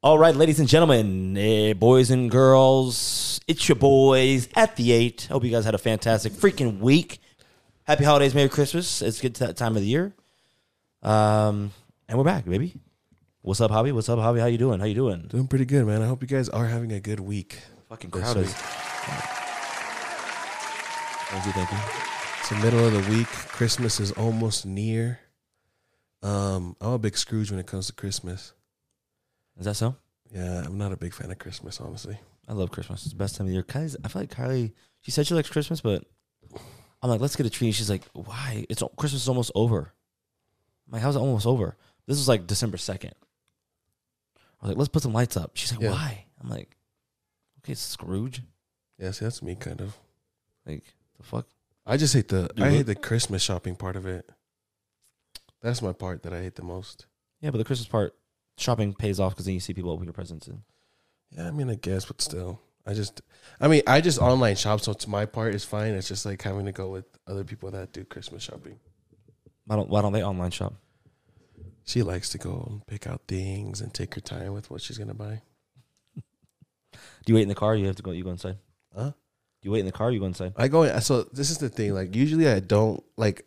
All right, ladies and gentlemen, eh, boys and girls, it's your boys at the eight. Hope you guys had a fantastic freaking week. Happy holidays, Merry Christmas. It's good that time of the year. Um, and we're back, baby. What's up, Hobby? What's up, Hobby? How you doing? How you doing? Doing pretty good, man. I hope you guys are having a good week. Fucking This crowd week. is. Thank you, thank you. It's the middle of the week. Christmas is almost near. Um, I'm a big Scrooge when it comes to Christmas. Is that so? Yeah, I'm not a big fan of Christmas, honestly. I love Christmas. It's the best time of the year. Kylie's, I feel like Kylie, she said she likes Christmas, but I'm like, let's get a tree. And she's like, why? It's al- Christmas is almost over. I'm like, how's it almost over? This was like December 2nd. I was like, let's put some lights up. She's like, Yeah. why? I'm like, okay, Scrooge. Yeah, see, that's me kind of. Like, the fuck? I just hate the You I what? hate the Christmas shopping part of it. That's my part that I hate the most. Yeah, but the Christmas part, shopping pays off because then you see people open your presents. And Yeah, I mean, I guess, but still, I just, I mean, I just online shop, so it's my part is fine. It's just like having to go with other people that do Christmas shopping. why don't, why don't they online shop? She likes to go and pick out things and take her time with what she's gonna buy. Do you wait in the car or you have to go, you go inside? Huh? Do you wait in the car or you go inside? I go in, so this is the thing. Like usually, I don't like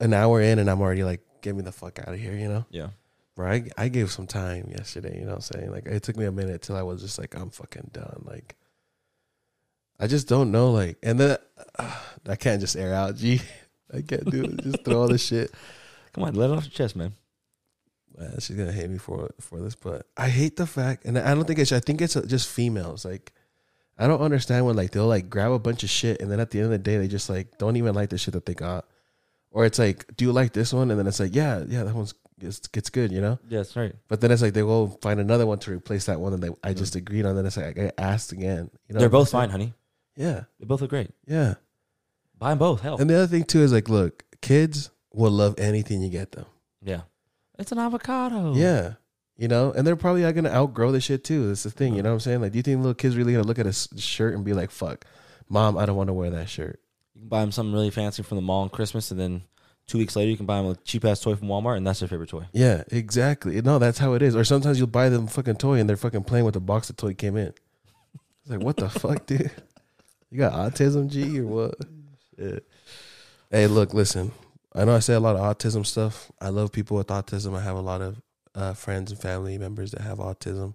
an hour in, and I'm already like, get me the fuck out of here, you know. Yeah. Bro, I, I gave some time yesterday. You know what I'm saying? Like, it took me a minute till I was just like, I'm fucking done. Like, I just don't know. Like, and then uh, I can't just air out, G. I can't do it. Just throw all this shit. Come on, let it off your chest, man. Uh, she's gonna hate me for for this, but I hate the fact, and I don't think it's. I think it's uh, just females. Like, I don't understand when like they'll like grab a bunch of shit, and then at the end of the day, they just like don't even like the shit that they got, or it's like, do you like this one? And then it's like, yeah, yeah, that one's gets, gets good, you know. Yeah, that's right. But then it's like they go find another one to replace that one that they, I just agreed on. Then it's like I get asked again. You Mm. know, They're both what fine, I'm honey. saying? Yeah, They both look great. yeah. Buy them both. Hell, And the other thing too is like, look, kids will love anything you get them. yeah. It's an avocado. Yeah. You know, and they're probably not gonna outgrow the shit too. That's the thing. You know what I'm saying? Like, do you think little kids really gonna look at a s- shirt and be like, "Fuck, mom, I don't want to wear that shirt"? You can buy them something really fancy from the mall on Christmas, and then two weeks later, you can buy them a cheap ass toy from Walmart, and that's their favorite toy. Yeah, exactly. No, that's how it is. Or sometimes you'll buy them fucking toy and they're fucking playing with the box the toy came in. It's like, what the fuck, dude? You got autism, G, or what? Hey, look, listen. I know I say a lot of autism stuff. I love people with autism. I have a lot of uh, friends and family members that have autism.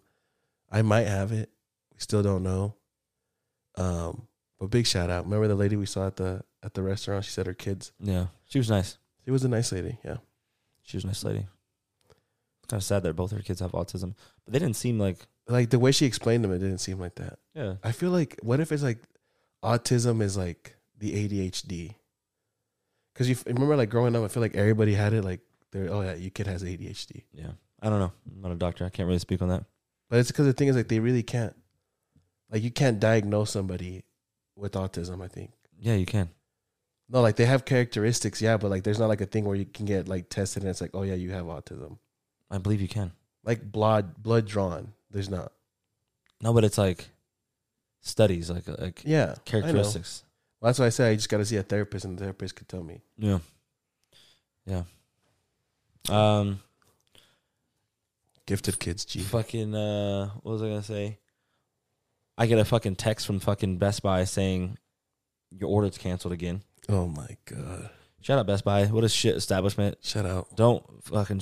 I might have it. We still don't know. Um, but big shout out. Remember the lady we saw at the at the restaurant? She said her kids. Yeah, she was nice. She was a nice lady. Yeah. She was a nice lady. Kind of sad that both her kids have autism, but they didn't seem like Like the way she explained them, it didn't seem like that. yeah. I feel like what if it's like autism is like the ADHD? Because you f- remember like growing up, I feel like everybody had it. Like they're oh yeah, your kid has ADHD, Yeah, I don't know. I'm not a doctor. I can't really speak on that. but it's because the thing is like they really can't, like you can't diagnose somebody with autism. I think Yeah, you can. no, like they have characteristics, yeah, but like there's not like a thing where you can get like tested and it's like oh yeah, you have autism. I believe you can. Like blood blood drawn, there's not. No, but it's like studies, like like Yeah, I know. characteristics. Well, that's why I say I just got to see a therapist, and the therapist could tell me. Yeah, yeah. Um. Gifted kids, G. fucking uh what was I gonna say? I get a fucking text from fucking Best Buy saying your order's canceled again. Oh my god, Shout out Best Buy. What a shit establishment. shout out. Don't fucking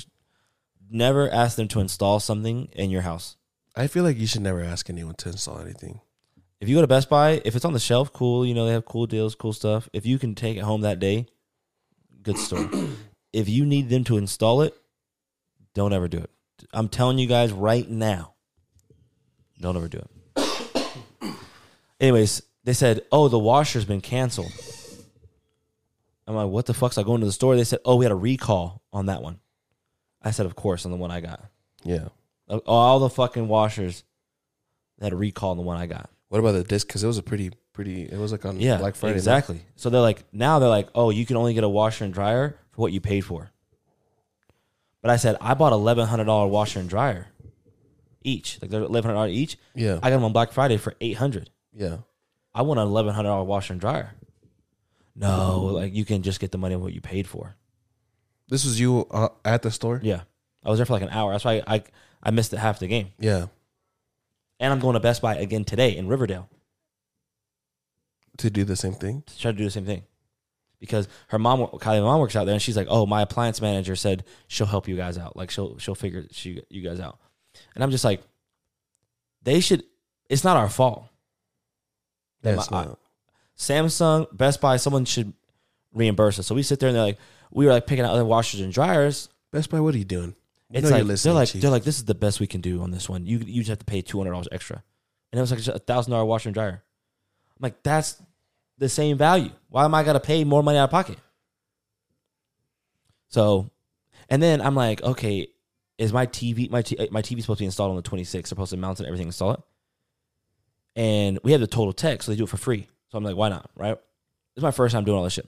never ask them to install something in your house. I feel like you should never ask anyone to install anything. If you go to Best Buy, if it's on the shelf, cool, you know, they have cool deals, cool stuff. If you can take it home that day, good store. if you need them to install it, don't ever do it. I'm telling you guys right now. Don't ever do it. Anyways, they said, "Oh, the washer's been canceled." I'm like, "What the fuck's?" I go into the store. They said, "Oh, we had a recall on that one." I said, "Of course, on the one I got. Yeah. Of All the fucking washers they had a recall on the one I got." What about the disc? Because it was a pretty, pretty. It was like on Yeah, Black Friday. no? exactly. So they're like, now they're like, "Oh, you can only get a washer and dryer for what you paid for." But I said, "I bought eleven hundred dollar washer and dryer each. Like they're eleven hundred dollars each. Yeah. I got them on Black Friday for eight hundred. yeah. I want an eleven hundred dollar washer and dryer. No, like you can just get the money of what you paid for. This was you uh, at the store. Yeah, I was there for like an hour. That's why I, I I missed half the game. Yeah. And I'm going to Best Buy again today in Riverdale To do the same thing. to try to do the same thing. Because her mom, Kylie's mom works out there, and she's like, "Oh, my appliance manager said she'll help you guys out. Like she'll she'll figure she you guys out." And I'm just like, they should. It's not our fault. That That's my- not. Samsung, Best Buy, someone should reimburse us. So we sit there and they're like, we were like picking out other washers and dryers. Best Buy, what are you doing? We It's know like you're they're listening, like Chief. they're like this is the best we can do on this one. You you just have to pay two hundred dollars extra, and it was like just a thousand dollar washer and dryer. I'm like that's the same value. Why am I gonna pay more money out of pocket? So, and then I'm like, okay, is my TV my t- my TV supposed to be installed on the 26th? They're supposed to mount it and everything install it. And we have the total tech, so they do it for free. So I'm like, why not? Right? It's my first time doing all this shit.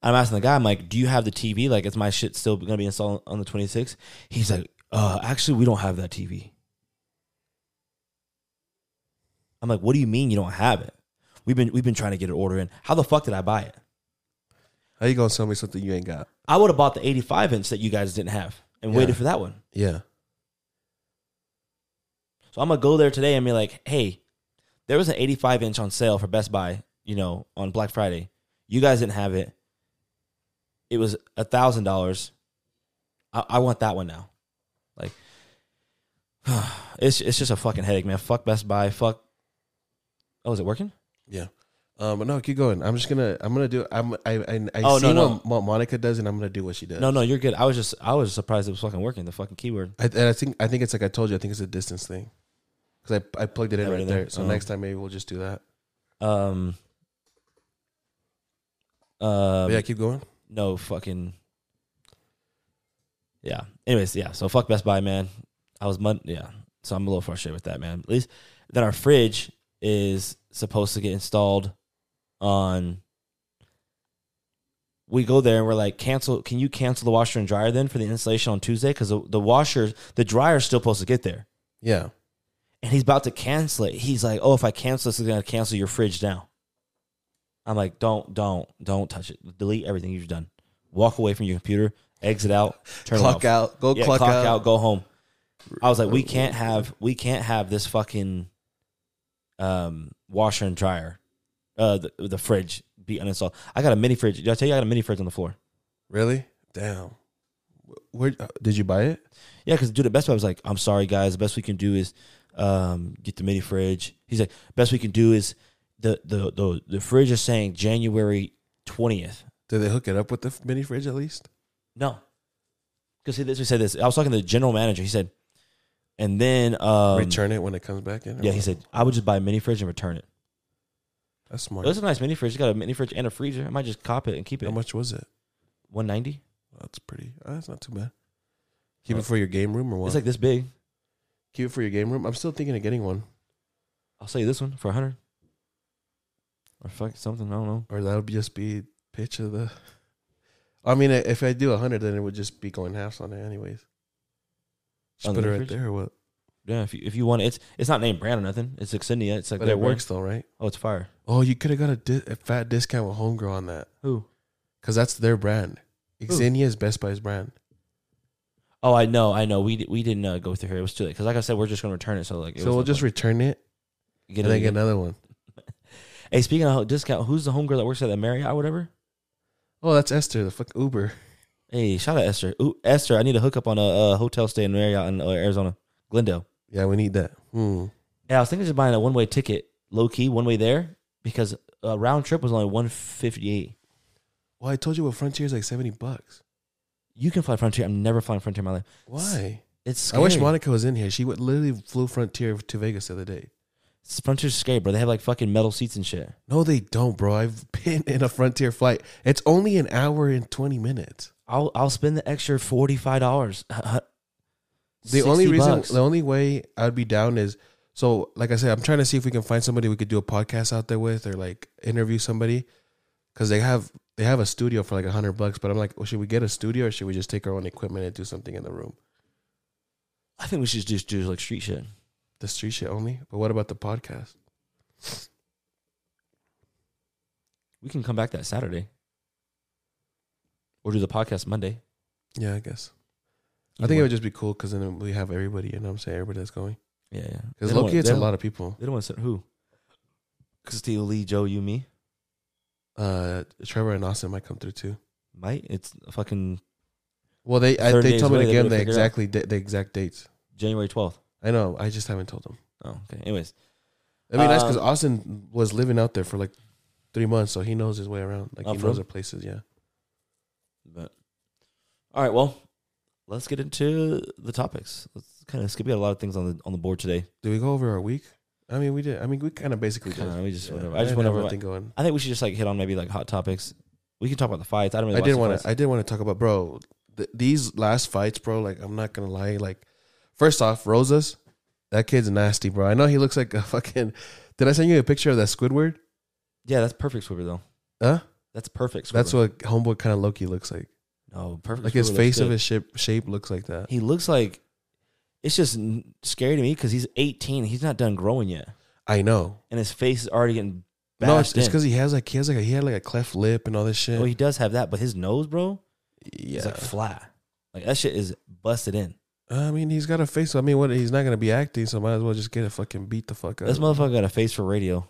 I'm asking the guy, I'm like, do you have the TV? Like, is my shit still gonna be installed on the 26th? He's like, uh, actually, we don't have that TV. I'm like, what do you mean you don't have it? We've been we've been trying to get an order in. How the fuck did I buy it? How you gonna sell me something you ain't got? I would have bought the 85 inch that you guys didn't have and Yeah. waited for that one. Yeah. So I'm gonna go there today and be like, hey, there was an 85 inch on sale for Best Buy, you know, on Black Friday. You guys didn't have it. It was a thousand dollars. I I want that one now. Like, it's it's just a fucking headache, man. Fuck Best Buy. Fuck. Oh, is it working? Yeah. Um, but no, keep going. I'm just gonna. I'm gonna do. I'm. I. I, I Oh, see no, no. What, what Monica does, and I'm gonna do what she does. No, no, you're good. I was just I was surprised it was fucking working. The fucking keyword. I, and I think. I think it's like I told you. I think it's a distance thing. Because I, I plugged it in Have it right in there. there. So Oh. next time maybe we'll just do that. Um. But Um, yeah. Keep going. no fucking yeah anyways yeah so fuck best buy man i was mon- yeah so i'm a little frustrated with that man at least then our fridge is supposed to get installed on we go there and we're like cancel can you cancel the washer and dryer then for the installation on tuesday because the, the washer the dryer's still supposed to get there Yeah. and he's about to cancel it. He's like, "Oh, if I cancel this, it's gonna cancel your fridge now." I'm like, "Don't, don't, don't touch it. Delete everything you've done. Walk away from your computer. Exit out. Turn it clock off. out. Go Yeah, clock, out. Go home." I was like, "We can't have, we can't have this fucking um, washer and dryer, uh, the, the fridge be uninstalled. I got a mini fridge. Did I tell you I got a mini fridge on the floor? Really? Damn. Wh- Where uh, did you buy it? Yeah, because dude, the best way I was like, I'm sorry guys, the best we can do is um, get the mini fridge. He's like, best we can do is the the the, the fridge is saying January twentieth. Did they hook it up with the f- mini fridge at least? No, because he this we said this. I was talking to the general manager. He said, and then um, Return it when it comes back in. or Yeah, he what? said I would just buy a mini fridge and return it. that's It smart. was a nice mini fridge. It's got a mini fridge and a freezer. I might just cop it and keep How it. much was it? One ninety. That's pretty. uh, that's not too bad. Keep Uh, it for your game room or what? It's like this big. Keep it for your game room. I'm still thinking of getting one, I'll sell you this one for a hundred. Or fuck something. I don't know. or that'll be- just be pitch of the. I mean, i- if I do a hundred, then it would just be going halves on it, anyways. Just On put the it right fridge? there. Or what? Yeah, if you, if you want it, it's it's not named brand or nothing. It's Xenia. It's like But their it brand. works though, right? Oh, it's fire. Oh, you could have got a, di- a fat discount with Homegirl on that, Who? cause that's their brand. Xenia is Best Buy's brand. Oh, I know, I know. We di- we didn't uh, go through here. It was too late because, like I said, we're just gonna return it. So like, it So was we'll no just point. return it get and it then get again. another one. Hey, speaking of discount, who's the homegirl that works at the Marriott or whatever? Oh, that's Esther, the fuck Uber. Hey, shout out Esther. Ooh, Esther, I need a hookup on a, uh hotel stay in Marriott in uh, Arizona, Glendale. Yeah, we need that. Hmm. Yeah, I was thinking of just buying a one way ticket, low key, one way there because a round trip was only one fifty eight. Well, I told you what Frontier is like seventy bucks. You can fly Frontier. I'm never flying Frontier in my life. Why? It's I wish scary. Monica was in here. She would literally flew Frontier to Vegas the other day. Frontier's scary, bro. They have like fucking metal seats and shit. No, they don't, bro. I've been in a Frontier flight. It's only an hour and twenty minutes. I'll I'll spend the extra forty five dollars. The The only reason, the only way I'd be down is so. Like I said, I'm trying to see if we can find somebody we could do a podcast out there with, or like interview somebody, because they have they have a studio for like a hundred bucks. But I'm like, well, should we get a studio or should we just take our own equipment and do something in the room? I think we should just do like street shit. The street shit only. But what about the podcast? We can come back that Saturday, or do the podcast Monday. Yeah, I guess. I think it would just be cool because then we have everybody. You know what I'm saying? Everybody that's going. yeah, yeah. Because They don't want- Loki, it's they a don't- lot of people. They don't want to send who? Christy Lee, Joe, you, me. Uh, Trevor and Austin might come through too. Might it's fucking Well, they I, Thirty they days told me away, to they give them better the figure it exactly da- the exact dates. January twelfth. I know. I just haven't told them. Oh, okay. Anyways, I mean, that's Uh, because Austin was living out there for like three months, so he knows his way around. Like Oh, he for knows real? the places. Yeah. but all right. Well, let's get into the topics. Let's kind of skip. We got a lot of things on the on the board today. Did we go over our week? I mean, we did. I mean, we kind of basically did. Kinda, we just Yeah, went over- I I just didn't went have over my- nothing going. I think we should just like hit on maybe like hot topics. We can talk about the fights. I don't really. I watch did the want fights. to. I did want to talk about, bro. Th- these last fights, bro. Like, I'm not gonna lie. Like, first off, Rosas, that kid's nasty, bro. I know he looks like a fucking. Did I send you a picture of that Squidward? Yeah, that's perfect Squidward though. Huh? That's perfect. Squidward. That's what homeboy kind of Loki looks like. no perfect. Like his Squidward looks face of good. his shape, shape looks like that. He looks like it's just n- scary to me because he's 18. He's not done growing yet, I know. and his face is already getting bashed No, it's in. because he has like he has like a, he had like a cleft lip and all this shit. Well, he does have that, but his nose, bro, yeah. is like flat. Like that shit is busted in. I mean, he's got a face. I mean, what? He's not gonna be acting, so might as well just get a fucking beat the fuck up. This motherfucker got a face for radio.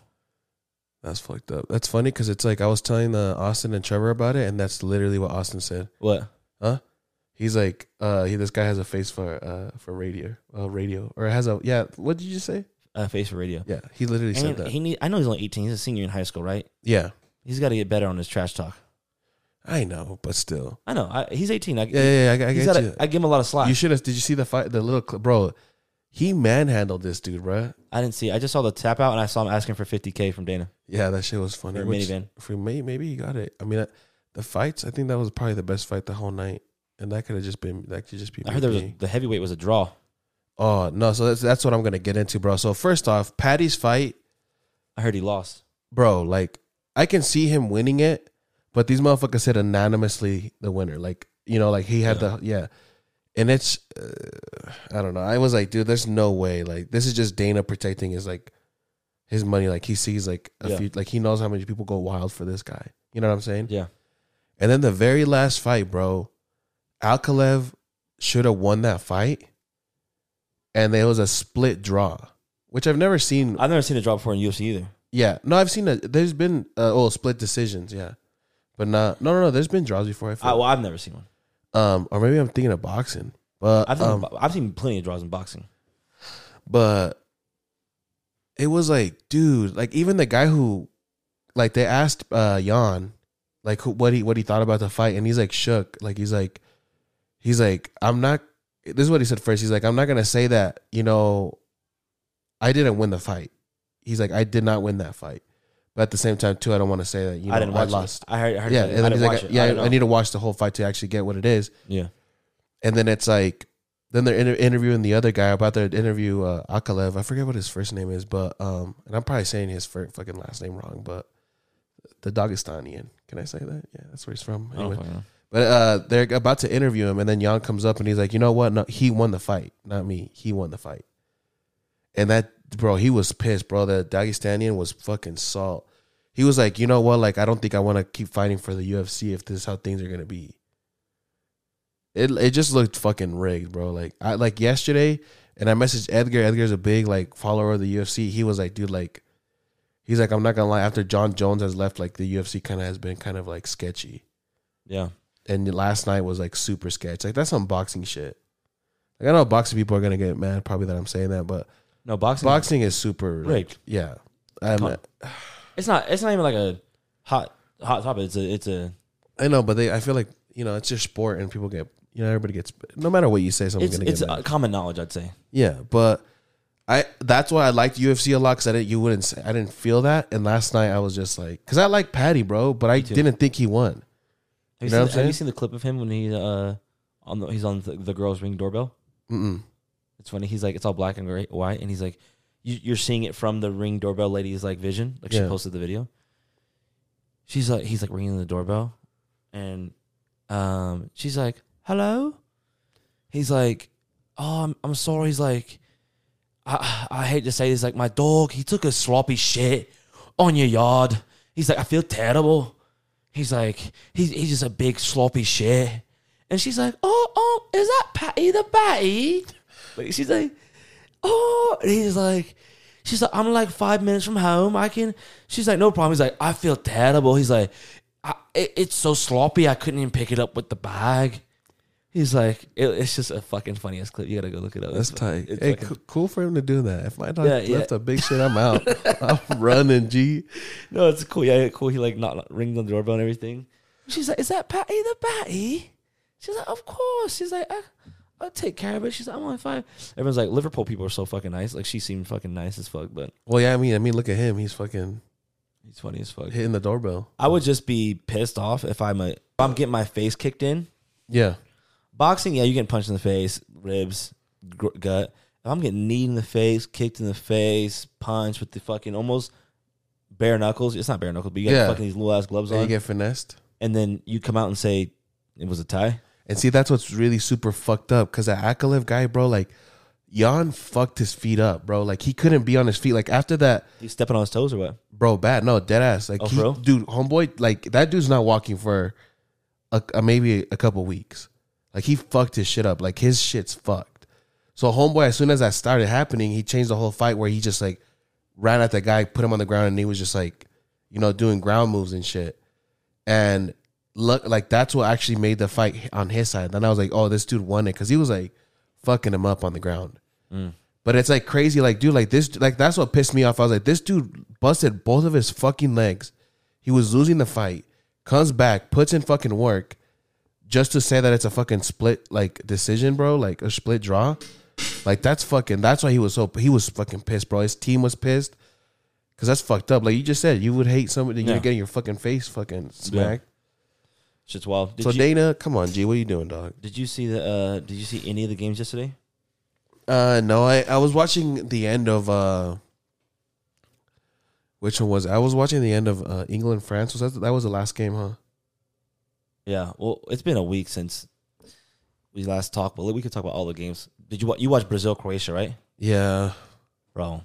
That's fucked up. That's funny because it's like I was telling uh, Austin and Trevor about it, and that's literally what Austin said. What? He's like, uh, he, this guy has a face for uh for radio, uh, radio, or has a yeah. What did you say? A face for radio. Yeah, he literally said And that. he need, I know he's only 18. He's a senior in high school, right? yeah, He's got to get better on his trash talk. I know, but still, I know. I, he's 18. I, yeah, yeah, yeah I, I he's get gotta- you. I give him a lot of slack. you should have. Did you see the fight? The little clip, bro. He manhandled this dude, bro. I didn't see. I just saw the tap out, and I saw him asking for 50k from Dana Yeah, that shit was funny. for a which- minivan. for me, maybe he got it. I mean, that, the fights. I think that was probably the best fight the whole night, and that could have just been that could just be. I heard there was me. a, the heavyweight was a draw. Oh no! So that's that's what I'm gonna get into, bro. So first off, Patty's fight, I heard he lost. bro. Like I can see him winning it, but these motherfuckers said anonymously the winner. Like you know, like he had the yeah, and it's uh, I don't know. I was like, dude, there's no way. Like this is just Dana protecting his like his money. Like he sees like a Yeah. few, like he knows how many people go wild for this guy. You know what I'm saying? Yeah. And then the very last fight, bro, Alkalev should have won that fight. And there was a split draw, which I've never seen. I've never seen a draw before in UFC either. yeah. No, I've seen it. There's been, uh, oh, split decisions. Yeah. But not, no, no, no. There's been draws before I I, well, feel. I've never seen one. Um, or maybe I'm thinking of boxing. But, I've seen, um, I've seen plenty of draws in boxing. but it was like, dude, like even the guy who, like they asked uh Jan, like who, what he what he thought about the fight, and he's like shook, like he's like, he's like, I'm not. This is what he said first. He's like, I'm not gonna say that, you know, I didn't win the fight. He's like, I did not win that fight, but at the same time too, I don't want to say that, you know, I didn't watch. it. lost. I heard. I heard I Yeah, and then didn't he's watch like, it. yeah, don't I, know. need to watch the whole fight to actually get what it is. Yeah. And then it's like, then they're inter- interviewing the other guy about to interview uh, Akalev. I forget what his first name is, but um, and I'm probably saying his fir- fucking last name wrong, but the Dagestanian. Can I say that? Yeah, that's where he's from. I don't Anyway. fucking know. But uh, they're about to interview him, and then Jan comes up and he's like, "You know what? No, he won the fight, not me. He won the fight." And that bro, he was pissed, bro. The Dagestanian was fucking salt. He was like, "You know what? Like, I don't think I want to keep fighting for the UFC if this is how things are gonna be." It it just looked fucking rigged, bro. Like I like yesterday, and I messaged Edgar. Edgar's a big like follower of the UFC. He was like, "Dude, like." He's like, I'm not gonna lie. After John Jones has left, like the UFC kind of has been kind of like sketchy Yeah. and last night was like super sketch. Like that's some boxing shit. Like I know boxing people are gonna get mad probably that I'm saying that, but No boxing. boxing is super like, Rigged. Yeah, I'm, Come It's not. It's not even like a hot hot topic. It's a. It's a. I know, but they I feel like you know it's just sport and people get you know everybody gets no matter what you say someone's It's gonna it's get mad. uh common knowledge. I'd say. yeah, but I that's why I liked UFC a lot because I didn't you wouldn't say, I didn't feel that and last night I was just like because I like Patty bro, but I too. didn't think he won. Have you, You know what seen, have you I'm saying? seen the clip of him when he uh on the, he's on the, the girl's ring doorbell? Mm-mm. It's funny. He's like it's all black and gray, white, and he's like, you, you're seeing it from the ring doorbell lady's like vision. Like she Yeah. posted the video. She's like, he's like ringing the doorbell, and um, she's like, hello. He's like, oh, I'm, I'm sorry. He's like, I I hate to say this, like my dog, he took a sloppy shit on your yard. He's like, I feel terrible. He's like, he's he's just a big sloppy shit. And she's like, oh, oh, is that Patty the Batty? Like she's like, oh, and he's like, she's like, I'm like five minutes from home. I can. She's like, no problem. He's like, I feel terrible. He's like, I, it, it's so sloppy. I couldn't even pick it up with the bag. He's like, it, it's just a fucking funniest clip. You gotta go look it up. That's It's- tight. it's Hey, fucking- coo- cool for him to do that. If my dog Yeah, yeah. left a big shit, I'm out. I'm running, G. No, it's cool. Yeah, cool. He like not rings on the doorbell and everything. She's like, "Is that Patty the Batty?" She's like, "Of course." She's like, I, "I'll take care of it." She's like, "I'm only fine." Everyone's like, "Liverpool people are so fucking nice." Like she seemed fucking nice as fuck, but Well, yeah, I mean, I mean, look at him. He's fucking he's funny as fuck. hitting the doorbell. I would just be pissed off if I'm a if I'm getting my face kicked in. Yeah. Boxing, yeah, you getting punched in the face, ribs, gr- gut. If I'm getting kneed in the face, kicked in the face, punched with the fucking almost bare knuckles. It's not bare knuckles, but you got Yeah. fucking these little ass gloves And on. you get finessed. and then you come out and say it was a tie. And see, that's what's really super fucked up. Cause that Akalev guy, bro, like Jan fucked his feet up, bro. Like he couldn't be on his feet. Like after that, He's stepping on his toes or what? bro, bad. No, dead ass. Like Oh, he- for real? dude, homeboy, like that dude's not walking for a, a- maybe a couple weeks. Like he fucked his shit up. Like his shit's fucked. So homeboy, as soon as that started happening, he changed the whole fight where he just like ran at that guy, put him on the ground, and he was just like, you know, doing ground moves and shit. And look, like that's what actually made the fight on his side. Then I was like, oh, this dude won it because he was like fucking him up on the ground. But it's like crazy, like dude, like this, like that's what pissed me off. I was like, this dude busted both of his fucking legs. He was losing the fight, comes back, puts in fucking work, just to say that it's a fucking split like decision, bro, like a split draw. Like that's fucking. That's why he was so he was fucking pissed, bro. His team was pissed because that's fucked up. Like you just said, you would hate somebody. Yeah. You're getting your fucking face fucking smacked. Shit's wild. Did So you Dana, come on, G, what are you doing, dog? did you see the uh, did you see any of the games yesterday? Uh, no, I, I was watching the end of uh, which one was it? I was watching the end of uh, England France. Was that that was the last game, huh? Yeah. Well, it's been a week since we last talked, but we could talk about all the games. Did you wa- you watch Brazil Croatia right, Yeah, bro?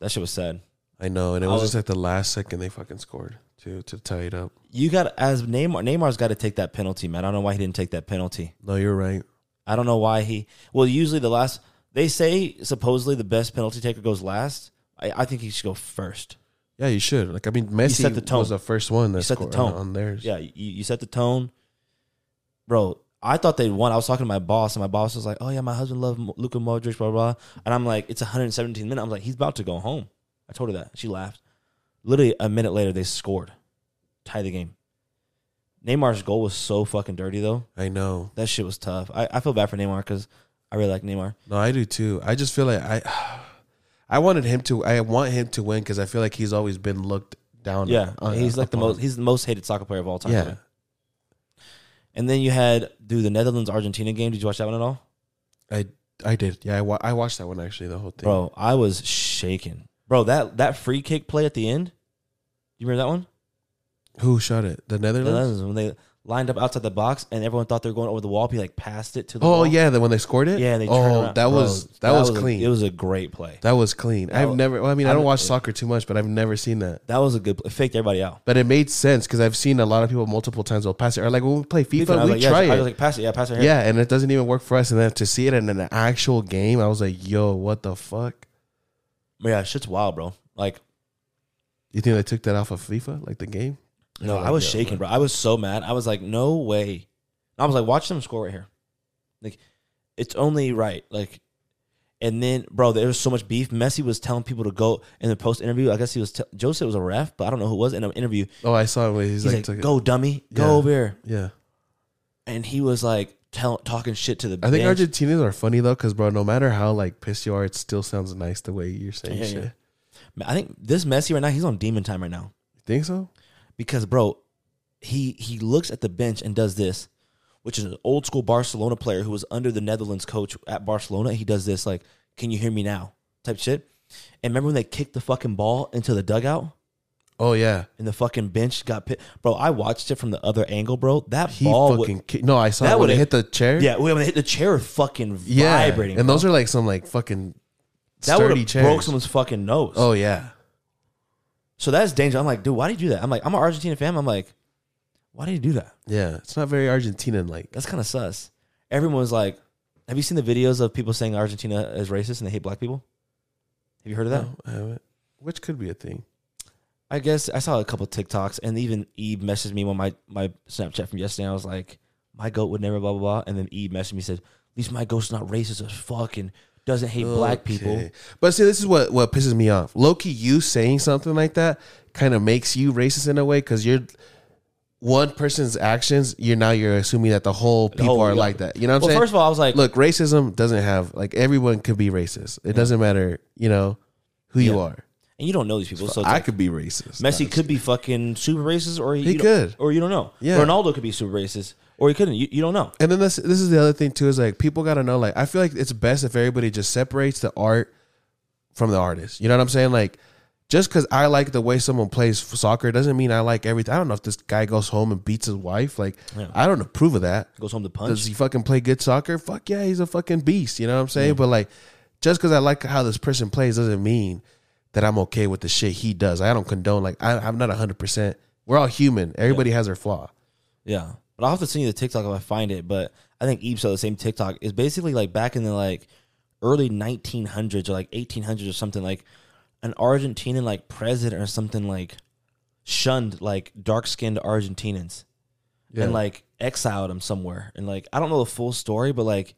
That shit was sad. I know, and it I was, was- just at the last second they fucking scored to to tie it up. You got as Neymar. Neymar's got to take that penalty, man. I don't know why he didn't take that penalty. No, you're right. I don't know why he. Well, usually the last they say supposedly the best penalty taker goes last. I, I think he should go first. Yeah, you should. Like I mean, Messi set the tone. was the first one that You set the scored tone. on theirs. Yeah, you, you set the tone, bro. I thought they won. I was talking to my boss, and my boss was like, "Oh yeah, my husband loved Mo- Luka Modric, blah blah." And I'm like, "It's 117 minutes." I'm like, "He's about to go home." I told her that. She laughed. Literally a minute later, they scored, tie the game. Neymar's goal was so fucking dirty though. I know. That shit was tough. I, I feel bad for Neymar because I really like Neymar. No, I do too. I just feel like I, I wanted him to. I want him to win because I feel like he's always been looked down. Yeah, Oh, on- he's like the upon. most. He's the most hated soccer player of all time. Yeah, And then you had do the Netherlands Argentina game. Did you watch that one at all? I I did. Yeah, I, wa- I watched that one actually. The whole thing. Bro, I was shaking. Bro, that that free kick play at the end. You remember that one? Who shot it? The The Netherlands. Netherlands, when they lined up outside the box and everyone thought they were going over the wall, he like passed it to the Oh wall. yeah, the when they scored it. Yeah, and they turned oh, around. that Bro, was that, was, clean. A, it was a great play. that was clean. I've wa- never. Well, I mean, I I'm- don't watch soccer too much, but I've never seen that. That was a good play. It Faked everybody out. But it made sense because I've seen a lot of people multiple times. will pass it or like when we play FIFA, I was we like, yeah, try I it. was like, pass it, yeah, pass it here. yeah, and it doesn't even work for us. And then to see it in an actual game, I was like, "Yo, what the fuck?" But yeah, shit's wild, bro. Like, You think they took that off of FIFA, like the game? no, Yeah, I was yeah, shaking, bro. I was so mad. I was like, no way. I was like, watch them score right here. Like, it's only right. Like, and then, bro, there was so much beef. Messi was telling people to go in the post interview. I guess he was t- Jose was a ref, but I don't know who it was in an interview. Oh, I saw it. When he's, He's like, like, took it. "Go, dummy, go Yeah. over here," Yeah, and he was like tell- talking shit to the. I think bench. Argentinians are funny though, because bro, no matter how like pissed you are, it still sounds nice the way you're saying Yeah, shit. yeah. I think this Messi right now, he's on demon time right now You think so? because, bro, he he looks at the bench and does this, which is an old school Barcelona player who was under the Netherlands coach at Barcelona. He does this like, "Can you hear me now?" type shit. And remember when they kicked the fucking ball into the dugout? Oh yeah, and the fucking bench got pit. Bro, I watched it from the other angle, bro. That he ball, fucking would, ki- no. I saw that that when it would've- hit the chair. yeah, when it hit the chair, fucking yeah, vibrating. and bro. those are like some like fucking that sturdy would chairs. broke someone's fucking nose. oh yeah, So that's dangerous. I'm like, dude, why do you do that? I'm like, I'm an Argentina fan. I'm like, Why did he do that? Yeah, it's not very Argentinian like. That's kind of sus. Everyone's like, have you seen the videos of people saying Argentina is racist and they hate black people? Have you heard of that? No, I haven't. Which could be a thing. I guess I saw a couple TikToks and even Eve messaged me on my, my Snapchat from yesterday. And I was like, my goat would never blah, blah, blah. And then Eve messaged me said, at least my goat's not racist as fuck and doesn't hate black people. Okay. But see, this is what what pisses me off. Loki, you saying something like that kind of makes you racist in a way because you're one person's actions. You're now you're assuming that the whole people whole- are yeah. like that. You know what Well, I'm saying? first of all, I was like, Look, racism doesn't have like everyone could be racist. It doesn't matter, you know, who you Yeah. are. and you don't know these people. So it's I like, could be racist. Messi could be fucking super racist or He you don't- could. Or you don't know. Yeah. Ronaldo could be super racist or he couldn't. You, you don't know. and then this this is the other thing too is like people gotta know like I feel like it's best if everybody just separates the art from the artist. You know what I'm saying? Like just because I like the way someone plays f- soccer doesn't mean I like everything. I don't know if this guy goes home and beats his wife. Like Yeah. I don't approve of that. Goes home to punch. Does he fucking play good soccer? Fuck yeah, he's a fucking beast. You know what I'm saying? But like, just because I like how this person plays doesn't mean that I'm okay with the shit he does. I don't condone. Like I, I'm not 100. percent We're all human. Everybody has their flaw. Yeah. But I'll have to send you the TikTok if I find it. But I think Eve saw the same TikTok. It's basically like back in the like early 1900s or like 1800s or something like an Argentinian like president or something like shunned like dark skinned Argentinians Yeah. and like exiled them somewhere. And like, I don't know the full story, but like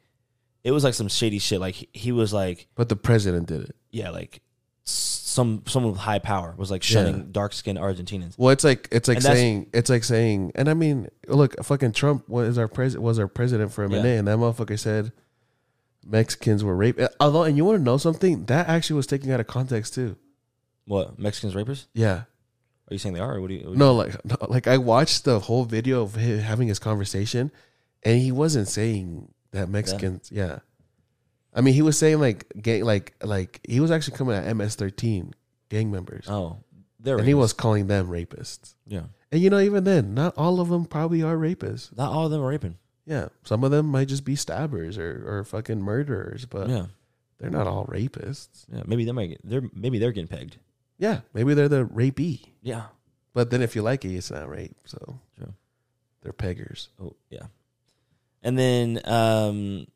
it was like some shady shit. Like he- he was like, But the president did it. yeah, like s- some someone with high power was like shunning Yeah. dark skinned Argentinians. Well, it's like it's like And that's- saying it's like saying, and I mean, look, fucking Trump was our president was our president for a Yeah. minute, and that motherfucker said Mexicans were raped. And- Although, and you want to know something? That actually was taken out of context too. What Mexicans rapists? Yeah. Are you saying they are? Or what do you? No, like no, like I watched the whole video of him having his conversation, and he wasn't saying that Mexicans. Yeah, I mean, he was saying like gang, like like he was actually coming at MS13 gang members, Oh, they're and he rapists. was calling them rapists. yeah. And you know, even then, not all of them probably are rapists. Not all of them are raping. Yeah, some of them might just be stabbers or or fucking murderers, but yeah, they're not all rapists. yeah. Maybe they might. Get, they're maybe they're getting pegged. Yeah, maybe they're the rapee, Yeah. but then if you like it, it's not rape. So True. they're peggers. Oh, yeah. And then, um,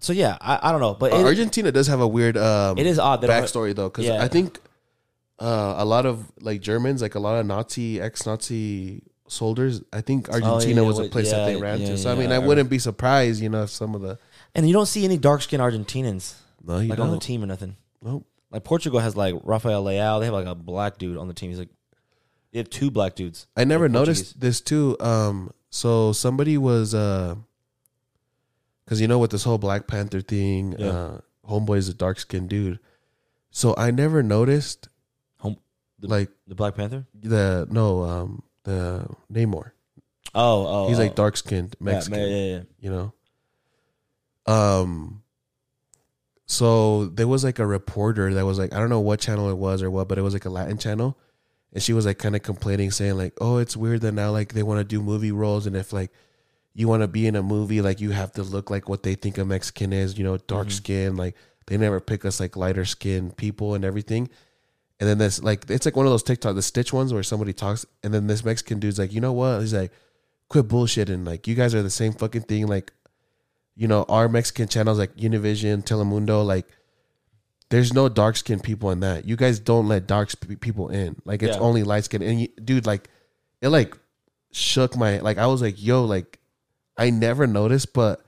so yeah, I, I don't know, but Uh, it, Argentina does have a weird um, it is odd that backstory though, because Yeah. I think uh, a lot of like Germans, like a lot of Nazi ex-Nazi soldiers, I think Argentina Oh, yeah, was a what- place that they yeah, ran yeah, to. So I yeah, mean, I I remember. wouldn't be surprised, you know, if some of the and you don't see any dark skinned Argentinians no, you like on the don't. team or nothing. Nope. Like Portugal has like Rafael Leao. They have like a black dude on the team. He's like, they have two black dudes. I never Like noticed Portuguese. this too. Um, so somebody was, because you know, with this whole Black Panther thing, Yeah. uh, Homeboy is a dark skinned dude. So I never noticed, Home- the- like The Black Panther. the no, um, the Namor. Oh, oh, He's oh. like dark skinned Yeah, Mexican, Yeah, yeah, yeah. you know. Um. So there was like a reporter that was like, I don't know what channel it was or what, but it was like a Latin channel, and she was like kind of complaining, saying like, "Oh, it's weird that now like they want to do movie roles, and if like you want to be in a movie, like you have to look like what they think a Mexican is, you know, dark Mhm. skin. Like they never pick us like lighter skinned people and everything." And then this like it's like one of those TikTok the Stitch ones where somebody talks, and then this Mexican dude's like, "You know what?" He's like, "Quit bullshitting. Like you guys are the same fucking thing. Like you know, our Mexican channels like Univision, Telemundo, like." There's no dark skinned people in that. You guys don't let dark sp- people in. Like it's Yeah. only light skinned. And you, dude, like it like shook my like I was like, yo, like I never noticed, but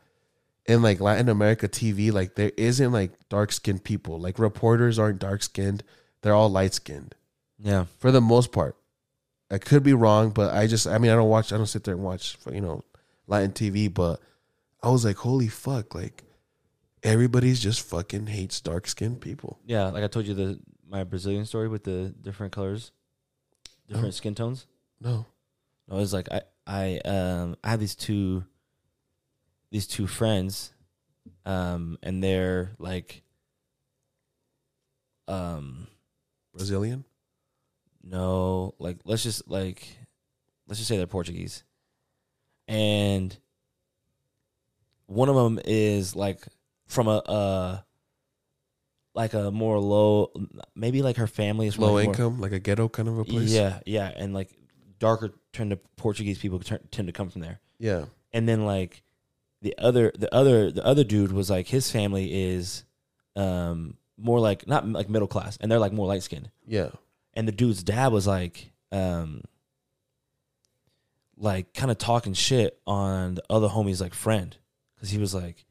in like Latin America TV, like there isn't like dark skinned people. Like reporters aren't dark skinned. They're all light skinned Yeah. for the most part. I could be wrong, but I just I mean I don't watch I don't sit there and watch you know Latin TV, but I was like, holy fuck, like everybody's just fucking hates dark skinned people. Yeah, like I told you the my Brazilian story with the different colors, different Oh. skin tones. No. I was like, I I um I had these two these two friends, um, and they're like, um, Brazilian? no, like let's just like let's just say they're Portuguese, and one of them is like from a uh like a more low maybe like her family is from Low like more- income, like a ghetto kind of a place. yeah, yeah, and like darker tend to Portuguese people turn, tend to come from there. Yeah. And then like the other the other the other dude was like his family is um more like not like middle class and they're like more light skinned. Yeah. And the dude's dad was like um like kind of talking shit on the other homie's like friend cuz he was like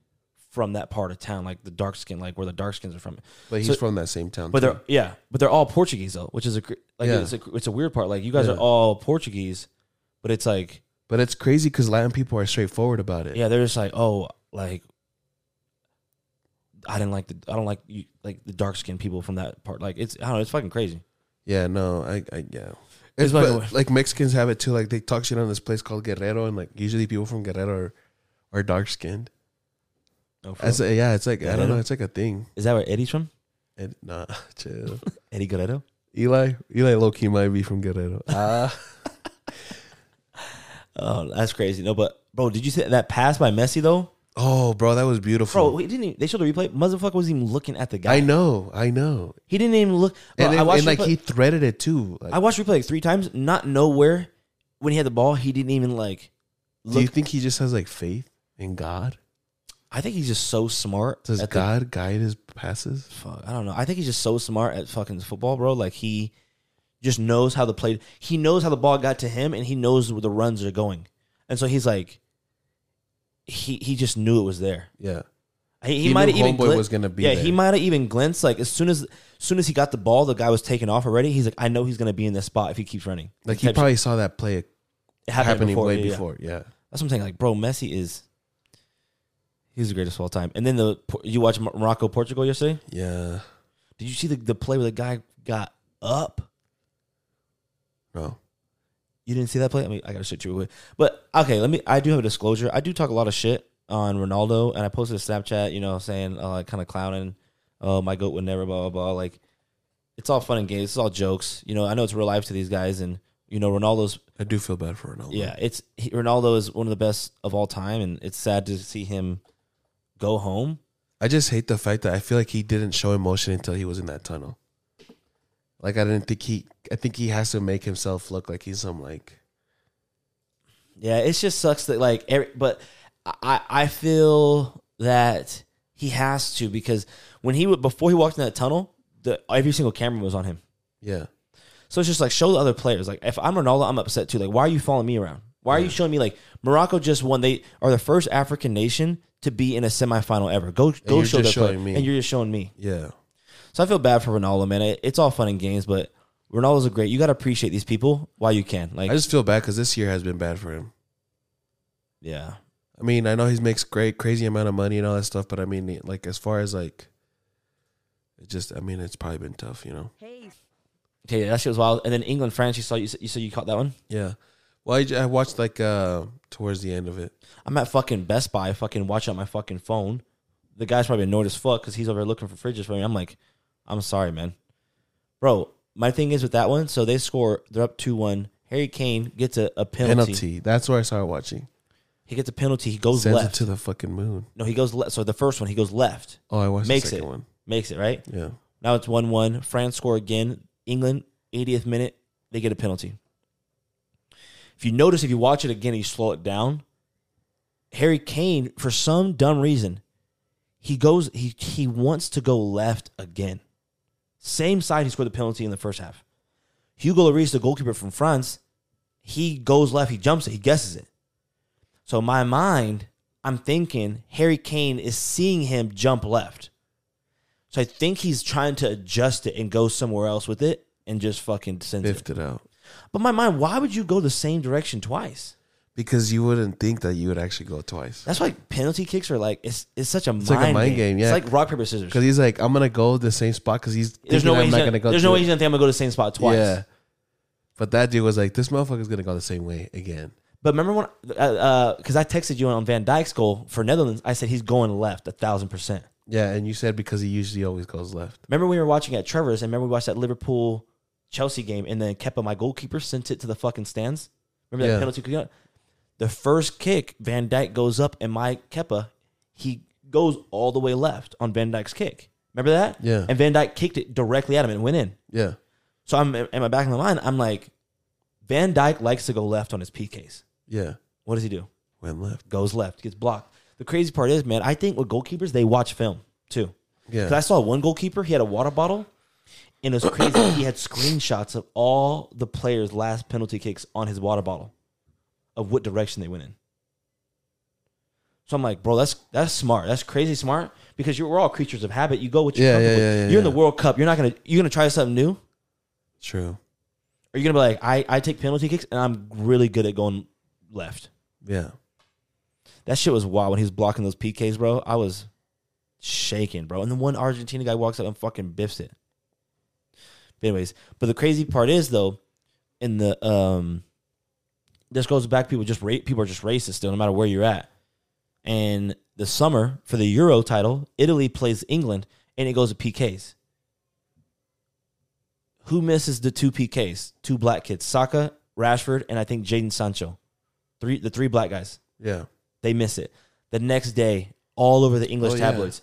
from that part of town like the dark skin like where the dark skins are from. But he's So- from that same town. But too. they're yeah, but they're all Portuguese though, which is a cr- like Yeah. it's a it's a weird part. Like you guys Yeah. are all Portuguese, but it's like But it's crazy because Latin people are straightforward about it. yeah, they're just like oh like I didn't like the I don't like you like the dark skinned people from that part. Like it's I don't know, it's fucking crazy. Yeah, no, I, I yeah. It's It's like- like, like Mexicans have it too. Like they talk shit on this place called Guerrero, and like usually people from Guerrero are, are dark skinned. No, for As real. a, yeah, it's like I don't Guerrero? know, it's like a thing. is that where Eddie's from? And, nah, chill. Eddie Guerrero? Eli, Eli Loki might be from Guerrero. Ah, Uh, Oh, that's crazy. No, but bro, did you see that pass by Messi though? oh, bro, that was beautiful. Bro, he didn't. Even, they showed the replay. Motherfucker wasn't even looking at the guy. I know, I know. He didn't even look. Bro, And, it- I watched and like replay- he threaded it too. Like, I watched replay like three times. Not nowhere when he had the ball, he didn't even like do you look. think he just has like faith in God? I think he's just so smart. Does at the- God guide his passes? fuck, I don't know. I think he's just so smart at fucking football, bro. Like he just knows how the play. He knows how the ball got to him, and he knows where the runs are going. And so he's like, he he just knew it was there. Yeah, He, He he might have knew even Homeboy glim- was gonna be Yeah, there. he might have even glimpsed. Like as soon as soon as he got the ball, the guy was taken off already. He's like, I know he's gonna be in this spot if he keeps running. like he Type- probably saw that play it happened happening way yeah, yeah. before. Yeah. That's what I'm saying. Like, bro, Messi is he's the greatest of all time. And then the you watch Mo- Morocco Portugal yesterday. yeah, Did you see the, the play where the guy got up? no, You didn't see that play? I mean, I gotta shit you real quick. But okay, let me I do have a disclosure. I do talk a lot of shit on Ronaldo and I posted a Snapchat, you know, saying uh kind of clowning, oh my goat would never, blah blah blah. Like it's all fun and games, it's all jokes. You know, I know it's real life to these guys and you know, Ronaldo's I do feel bad for Ronaldo. yeah, it's he, Ronaldo is one of the best of all time and it's sad to see him go home. I just hate the fact that I feel like he didn't show emotion until he was in that tunnel. Like I didn't think he. I think he has to make himself look like he's some like. Yeah, it just sucks that like, every, but I I feel that he has to because when he would before he walked in that tunnel, the every single camera was on him. Yeah, So it's just like show the other players. Like if I'm Ronaldo, I'm upset too. Like why are you following me around? Why are you showing me like Morocco just won? They are the first African nation to be in a semifinal ever. Go go you're show just that player. showing me. and you're just showing me. yeah, So I feel bad for Ronaldo, man. It, it's all fun and games, but Ronaldo's a great. You got to appreciate these people while you can. Like I just feel bad because this year has been bad for him. yeah, I mean, I know he makes great, crazy amount of money and all that stuff, but I mean, like as far as like, it just, I mean, it's probably been tough, you know. okay, that shit was wild. And then England, France. You saw you said- you said you caught that one. Yeah. Well, I, j- I watched like uh towards the end of it. I'm at fucking Best Buy, fucking watching on my fucking phone. The guy's probably annoyed as fuck because he's over there looking for fridges for me. I'm like, I'm sorry, man. Bro, my thing is with that one, so they score, they're up 2 1. Harry Kane gets a, a penalty. Penalty. That's where I started watching. He gets a penalty. He goes Sends left. it to the fucking moon. no, he goes left. So the first one, he goes left, Oh, I watched Makes the second it. one. makes it, right? Yeah. Now it's 1 1. France score again. England, 80th minute, they get a penalty. If you notice, if you watch it again and you slow it down, Harry Kane, for some dumb reason, he goes, he, he wants to go left again. Same side he scored the penalty in the first half. Hugo Lloris, the goalkeeper from France, he goes left, he jumps it, he guesses it. So in my mind, I'm thinking Harry Kane is seeing him jump left. So I think he's trying to adjust it and go somewhere else with it and just fucking send it. Biffed it out. But my mind, why would you go the same direction twice? Because you wouldn't think that you would actually go twice. That's why penalty kicks are like it's it's such a It's mind like a mind game. game, yeah. It's like rock paper scissors. Because he's like, I'm gonna go the same spot because he's There's no way I'm he's not gonna, gonna go. There's to no way it. he's gonna think I'm gonna go to the same spot twice. Yeah. But that dude was like, this motherfucker's gonna go the same way again. But remember when? Because uh, uh 'cause I texted you on Van Dyke's goal for Netherlands. I said he's going left a thousand percent. Yeah, and you said because he usually always goes left. Remember we were watching at Trevor's, and remember we watched that Liverpool Chelsea game, and then Kepa, my goalkeeper, sent it to the fucking stands. Remember that Yeah. penalty kick? The first kick, Van Dyke goes up, and my Kepa, he goes all the way left on Van Dyke's kick. Remember that? Yeah. And Van Dyke kicked it directly at him and went in. Yeah. So I'm in my back of my mind, I'm like, Van Dyke likes to go left on his PKs. Yeah. What does he do? Went left. Goes left, gets blocked. The crazy part is, man, I think with goalkeepers, they watch film too. Because I Yeah. saw one goalkeeper, he had a water bottle, and it was crazy. he had screenshots of all the players' last penalty kicks on his water bottle, of what direction they went in. So I'm like, bro, that's that's smart. That's crazy smart because you're, we're all creatures of habit. You go with your Yeah, yeah, comfortable. yeah, yeah, You're in the yeah. World Cup. You're not gonna you're gonna try something new. True. Or you're gonna be like, I, I take penalty kicks and I'm really good at going left. Yeah. That shit was wild when he was blocking those PKs, bro. I was shaking, bro. And then one Argentina guy walks up and fucking biffs it. But anyways, but the crazy part is though, in the um, this goes back. People just rate. People are just racist still, no matter where you're at. And the summer for the Euro title, Italy plays England, and it goes to PKs. Who misses the two PKs? Two black kids, Saka, Rashford, and I think Jaden Sancho. Three, the three black guys. Yeah. They miss it. The next day, all over the English Oh, yeah. tabloids,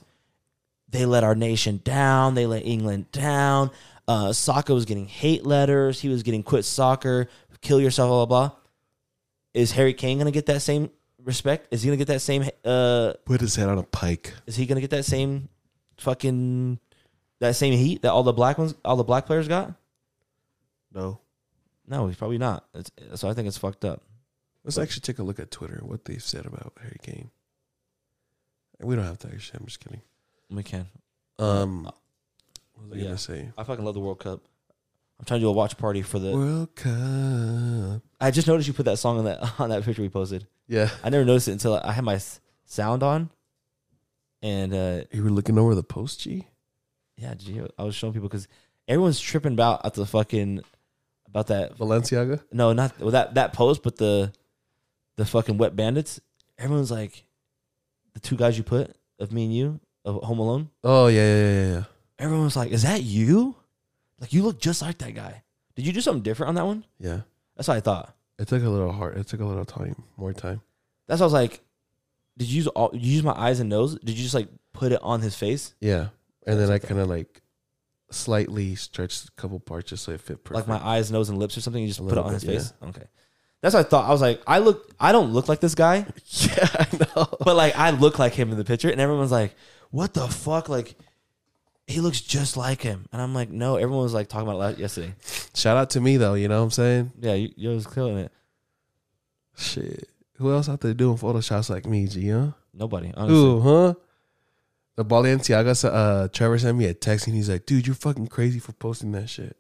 they let our nation down. They let England down. Uh, soccer was getting hate letters. He was getting quit soccer, kill yourself, blah, blah, blah. Is Harry Kane going to get that same respect? Is he going to get that same, uh, Put his head on a pike. is he going to get that same fucking, that same heat that all the black ones, all the black players got? No. No, he's probably not. It's, so I think it's fucked up. Let's actually take a look at Twitter, what they've said about Harry Kane. We don't have to actually. I'm just kidding. We can. Um, what was I Yeah. gonna say? I fucking love the World Cup. I'm trying to do a watch party for the. World Cup. I just noticed you put that song on that on that picture we posted. Yeah, I never noticed it until I had my s- sound on, and uh, you were looking over the post, G. yeah, did you hear- I was showing people because everyone's tripping about at the fucking about that. Balenciaga. No, not well, that that post, but the the fucking wet bandits. Everyone's like the two guys you put of me and you of Home Alone. Oh yeah, yeah, yeah, yeah. Everyone was like, "Is that you? Like you look just like that guy. Did you do something different on that one?" Yeah. That's what I thought. It took a little hard. It took a little time, more time. That's what I was like. Did you use all? Did you use my eyes and nose? Did you just like put it on his face? Yeah, That's and then I okay. kind of like slightly stretched a couple parts just so it fit perfect. like my eyes, nose, and lips or something. You just A put it little on his bit, face. Okay, that's what I thought. I was like, I look, I don't look like this guy, yeah, I know. but like I look like him in the picture, and everyone's like, "What the fuck?" Like he looks just like him, and I'm like, "No." Everyone was like talking about it la- yesterday. Shout out to me though. You know what I'm saying? Yeah, you, you was killing it. Shit. Who else out there doing photoshops like me, G? Huh? Nobody, honestly. Ooh, huh? The Balenciaga, s- uh, Trevor sent me a text and he's like, dude, you're fucking crazy for posting that shit.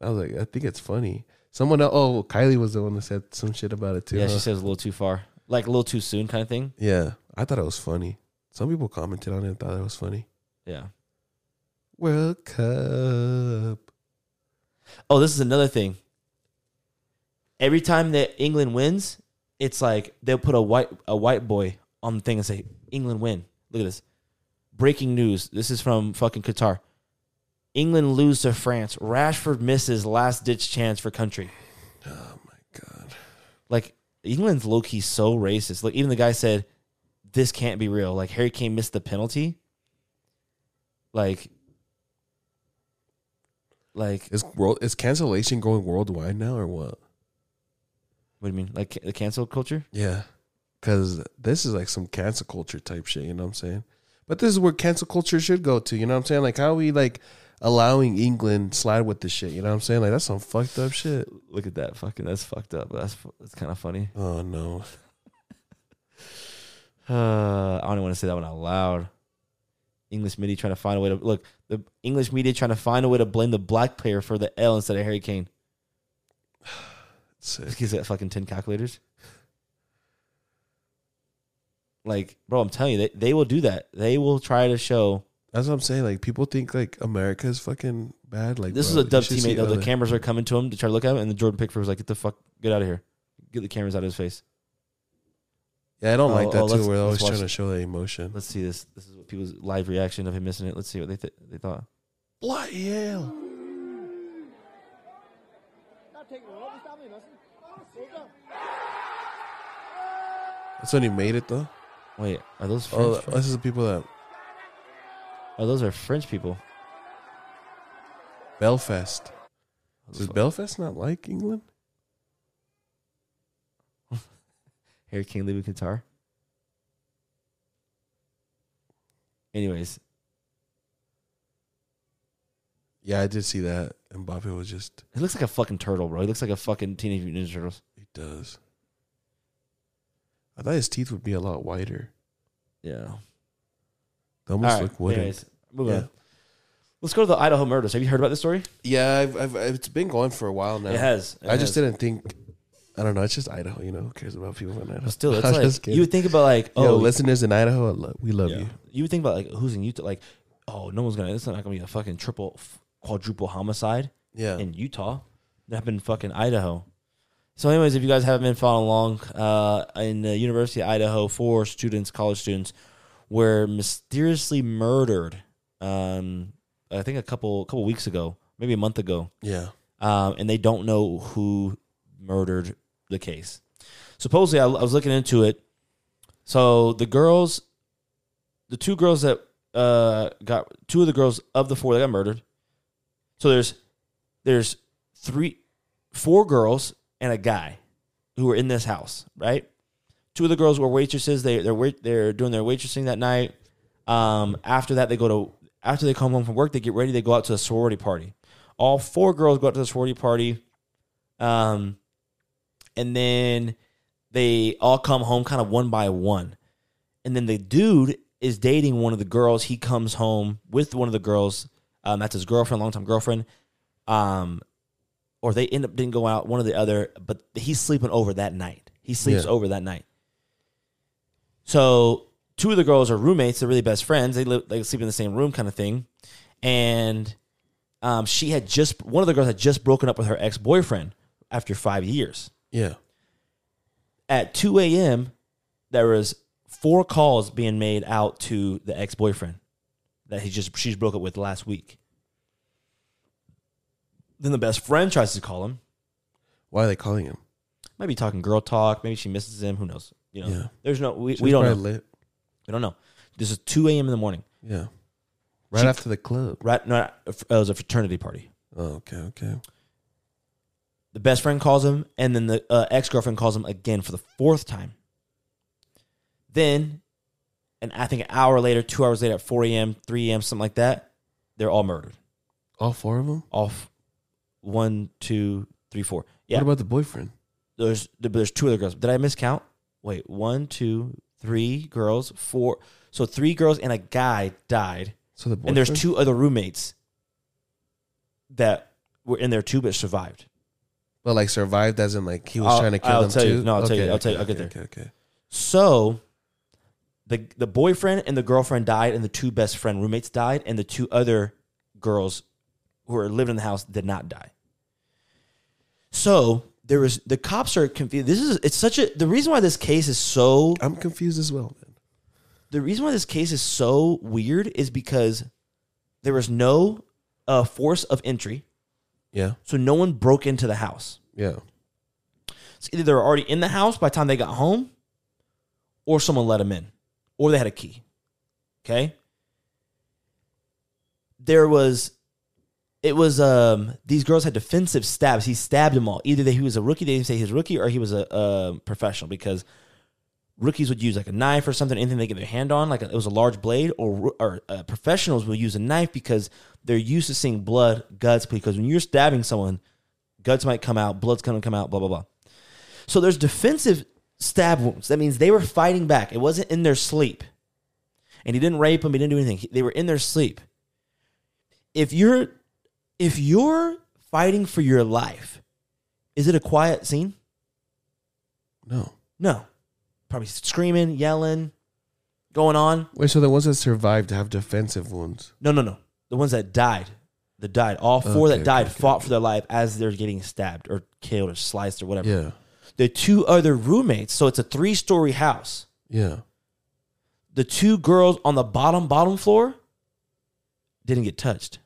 And I was like, I think it's funny. Someone else, oh, Kylie was the one that said some shit about it too. yeah, huh? she said it was a little too far, like a little too soon, kind of thing. yeah, I thought it was funny. Some people commented on it and thought it was funny. Yeah. World Cup. Oh, this is another thing. Every time that England wins, it's like they'll put a white a white boy on the thing and say, "England win." Look at this. Breaking news. This is from fucking Qatar. England lose to France. Rashford misses last ditch chance for country. Oh my God. Like England's low key so racist. Like even the guy said, "This can't be real." Like Harry Kane missed the penalty. Like, like Is world is cancellation going worldwide now or what? what do you mean? Like ca- the cancel culture? Yeah. Cause this is like some cancel culture type shit, you know what I'm saying? But this is where cancel culture should go to, you know what I'm saying? Like how we like allowing England slide with this shit, you know what I'm saying? Like that's some fucked up shit. Look at that fucking. That's fucked up. That's fu- that's kind of funny. Oh no. Uh, I don't even want to say that one out loud. English media trying to find a way to look. The English media trying to find a way to blame the black player for the L instead of Harry Kane. Sick. Because that fucking ten calculators. Like, bro, I'm telling you, they, they will do that. They will try to show That's what I'm saying. Like people think like America is fucking bad. Like this bro, is a dub you should see teammate though. The other- cameras are coming to him to try to look at him, and the Jordan Pickford was like, "Get the fuck, get out of here, get the cameras out of his face." Yeah, I don't Oh, like that oh, too, let's- where they're let's always watch trying it. to show that emotion. Let's see this. This is what people's live reaction of him missing it. Let's see what they th- they thought. What hell? That's when he made it though. Wait, are those French? Oh, this is the people that Oh, those are French people. Belfast. What the Is fuck? Belfast not like England? Eric King lead guitar. Anyways, Yeah, I did see that. And Bobby was just he looks like a fucking turtle, bro. He looks like a fucking Teenage Mutant Ninja Turtles. he does. I thought his teeth would be a lot wider. Yeah. They almost All right. look wooden. Anyways, move Yeah. on. Let's go to the Idaho murders. Have you heard about this story? Yeah, I've, I've, it's been going for a while now. It has. It I just has. didn't think. I don't know. It's just Idaho. You know, who cares about people in Idaho? But still, it's I'm just like kidding. you would think about like oh, Yo, listeners in Idaho, I lo- we love yeah. you. would think about like who's in Utah. Like oh, no one's gonna. It's not gonna be a fucking triple, f- quadruple homicide Yeah, in Utah. That happened in fucking Idaho. So, anyways, if you guys haven't been following along, uh, in the University of Idaho, four students, college students, were mysteriously murdered. Um, I think a couple couple weeks ago, maybe a month ago. yeah. um, and they don't know who murdered the case. Supposedly, I, I was looking into it. So the girls, the two girls that uh, got two of the girls of the four that got murdered. So there's there's three, four girls and a guy who were in this house, right? Two of the girls were waitresses. They they're wait, they're doing their waitressing that night. Um, after that, they go to after they come home from work, they get ready. They go out to a sorority party. All four girls go out to the sorority party, um, and then they all come home kind of one by one. And then the dude is dating one of the girls. He comes home with one of the girls. Um, that's his girlfriend, longtime girlfriend. Um, or they end up didn't go out one or the other, but he's sleeping over that night. He sleeps Yeah. over that night. So two of the girls are roommates. They're really best friends. They live, they sleep in the same room, kind of thing. And um, she had just one of the girls had just broken up with her ex boyfriend after five years. Yeah. At two a.m., there was four calls being made out to the ex boyfriend that he just she's broke up with last week. Then the best friend tries to call him. Why are they calling him? Might be talking girl talk. Maybe she misses him. Who knows? You know, Yeah. there's no we, She we was don't know. probably Lit. We don't know. This is two a.m. in the morning. Yeah. Right She- after the club. Right? No, it was a fraternity party. Oh, okay, okay. The best friend calls him, and then the uh, ex girlfriend calls him again for the fourth time. Then, and I think an hour later, two hours later, at 4 a.m., 3 a.m., something like that, they're all murdered. All four of them. Off one, two, three, four. Yeah. What about the boyfriend? there's there's two other girls. Did I miscount? Wait, one, two, three girls, four. So three girls and a guy died, So the boyfriend. and there's two other roommates that were in there too, but survived. But like survived, as in like he was I'll- trying to kill I'll them tell too. you. No, I'll tell you. I'll tell you. I'll okay, get Okay, okay. So the the boyfriend and the girlfriend died, and the two best friend roommates died, and the two other girls who were living in the house did not die. So there was the cops are confused. This is it's such a the reason why this case is so I'm confused as well, man. the reason why this case is so weird is because there was no uh, force of entry, Yeah, so no one broke into the house. yeah, So either they were already in the house by the time they got home, or someone let them in, or they had a key. Okay. There was, it was um these girls had defensive stabs. He stabbed them all. Either that he was a rookie, they didn't say he was a rookie, or he was a, a professional because rookies would use like a knife or something, anything they get their hand on, like it was a large blade, or ro- or uh, professionals will use a knife because they're used to seeing blood, guts. Because when you're stabbing someone, guts might come out, blood's gonna come out, blah blah blah. So there's defensive stab wounds. That means they were fighting back. It wasn't in their sleep. And he didn't rape them, he didn't do anything. He- They were in their sleep. If you're if you're fighting for your life, is it a quiet scene? no. No. Probably screaming, yelling, going on. Wait, so the ones that survived have defensive wounds. No, no, no. The ones that died, that died, all four Okay, that died okay, okay, fought for their life as they're getting stabbed or killed or sliced or whatever. Yeah, The two other roommates, so it's a three story house. yeah. the two girls on the bottom bottom floor didn't get touched.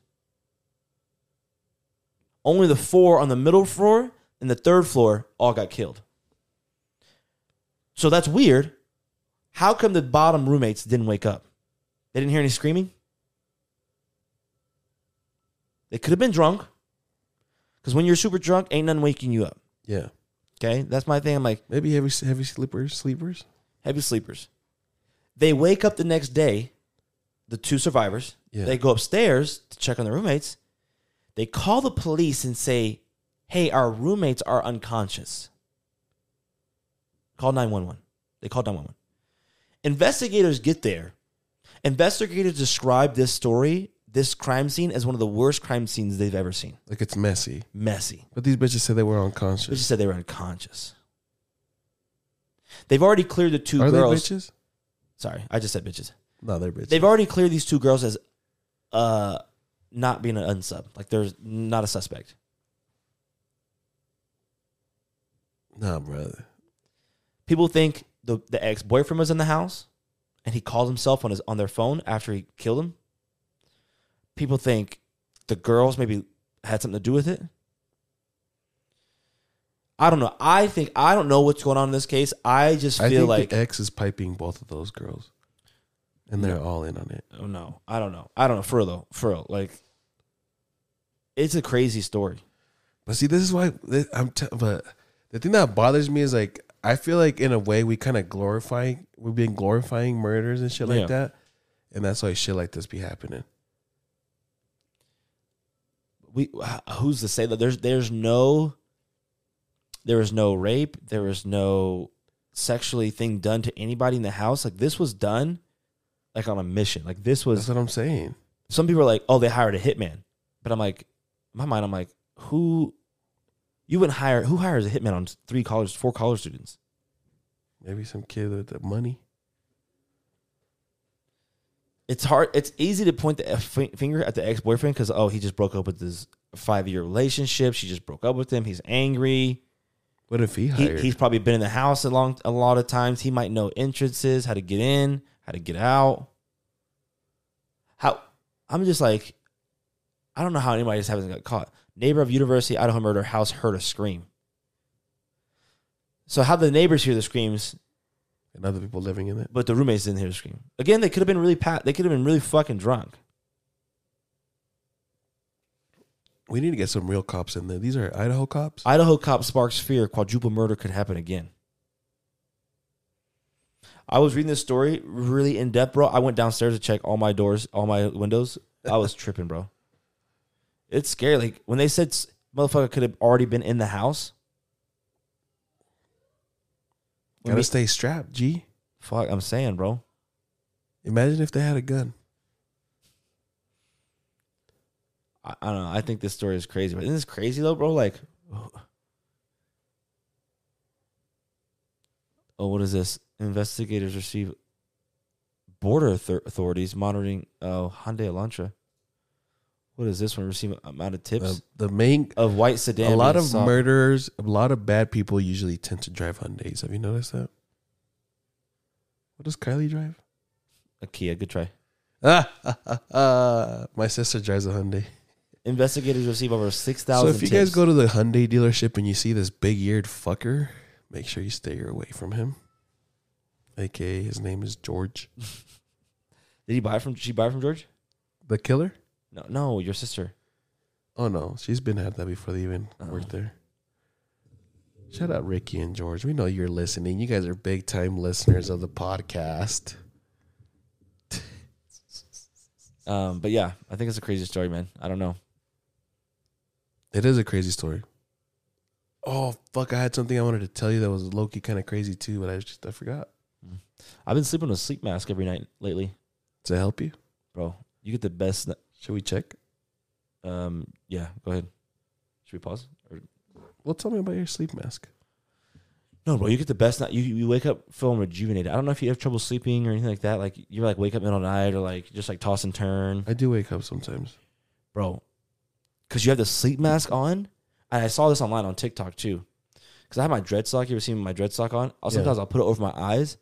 Only the four on the middle floor and the third floor all got killed. So that's weird. How come the bottom roommates didn't wake up? They didn't hear any screaming? They could have been drunk. Because when you're super drunk, ain't nothing waking you up. Yeah. Okay, that's my thing. I'm like Maybe heavy heavy sleepers, sleepers. heavy sleepers. They wake up the next day, the two survivors. Yeah. They go upstairs to check on their roommates. They call the police and say, "Hey, our roommates are unconscious." Call 911. They called 911. Investigators get there. Investigators describe this story, this crime scene as one of the worst crime scenes they've ever seen. Like it's messy. Messy. But these bitches said they were They unconscious. just said they were unconscious. They've already cleared the two Are girls. they bitches? Sorry, I just said bitches. No, they're bitches. They've already cleared these two girls as uh not being an unsub. Like there's not a suspect. no, brother. People think the the ex boyfriend was in the house and he called himself on his on their phone after he killed him. People think the girls maybe had something to do with it. I don't know. I think I don't know what's going on in this case. I just I feel think like the ex is piping both of those girls, and they're all in on it. Oh no, I don't know. I don't know. For real though, for real, like it's a crazy story. But see, this is why th- I'm. T- but the thing that bothers me is like I feel like in a way we kind of glorify we've been glorifying murders and shit like Yeah. that, and that's why shit like this be happening. We wh- who's to say that there's there's no there is no rape, there is no sexually thing done to anybody in the house. Like this was done like on a mission. Like this That's was what I'm saying. some people are like, oh, they hired a hitman, but I'm like, in my mind, I'm like, who you wouldn't hire who hires a hitman on three college, four college students? Maybe some kid with the money. it's hard. It's easy to point the f- finger at the ex boyfriend because oh, he just broke up with his five year relationship. She just broke up with him. He's angry. What if he He, hired? he's probably been in the house a long a lot of times. He might know entrances, how to get in, how to get out. How I'm just like, I don't know how anybody just hasn't got caught. Neighbor of University Idaho murder house heard a scream. So how the neighbors hear the screams, and other people living in it. but the roommates didn't hear the scream. Again, they could have been really pat. They could have been really fucking drunk. We need to get some real cops in there. These are Idaho cops. Idaho cop sparks fear quadruple murder could happen again. I was reading this story really in depth, bro. I went downstairs to check all my doors, all my windows. I was tripping, bro. It's scary. Like when they said s- motherfucker could have already been in the house. When Gotta we- stay strapped, G. fuck, I'm saying, bro. Imagine if they had a gun. I, I don't know. I think this story is crazy. But isn't this crazy though, bro? Like, oh, what is this? Investigators receive border author- authorities monitoring uh, Hyundai Elantra. What is this one? Receive amount of tips The, the main, of white sedan. a lot being of sought. murderers, a lot of bad people usually tend to drive Hyundai's. Have you noticed that? What does Kylie drive? A Kia, good try. Ah, my sister drives a Hyundai. Investigators receive over six So thousand. if you guys go to the Hyundai dealership and you see this big-eared fucker, make sure you stay away from him. AKA his name is George, did he buy from? Did she buy from George? the killer. No, no, your sister. Oh no, she's been at that before they even Oh. worked there. Shout out Ricky and George. We know you're listening. You guys are big time listeners of the podcast. Um, but yeah, I think it's a crazy story, man. I don't know. It is a crazy story. Oh fuck! I had something I wanted to tell you that was low key kind of crazy too, but I just I forgot. I've been sleeping with a sleep mask every night lately, To help you, bro. You get the best should we check? Um, yeah, go ahead. Should we pause? Or- Well, tell me about your sleep mask. no, bro, you get the best night. You, you wake up feeling rejuvenated. I don't know if you have trouble sleeping or anything like that. Like you like wake up middle of the night or like just like toss and turn, I do wake up sometimes. bro. Because you have the sleep mask on, and I saw this online on TikTok too. Because I have my dreadsock. You ever seen my dreadsock on? I'll, Yeah. sometimes I'll put it over my eyes,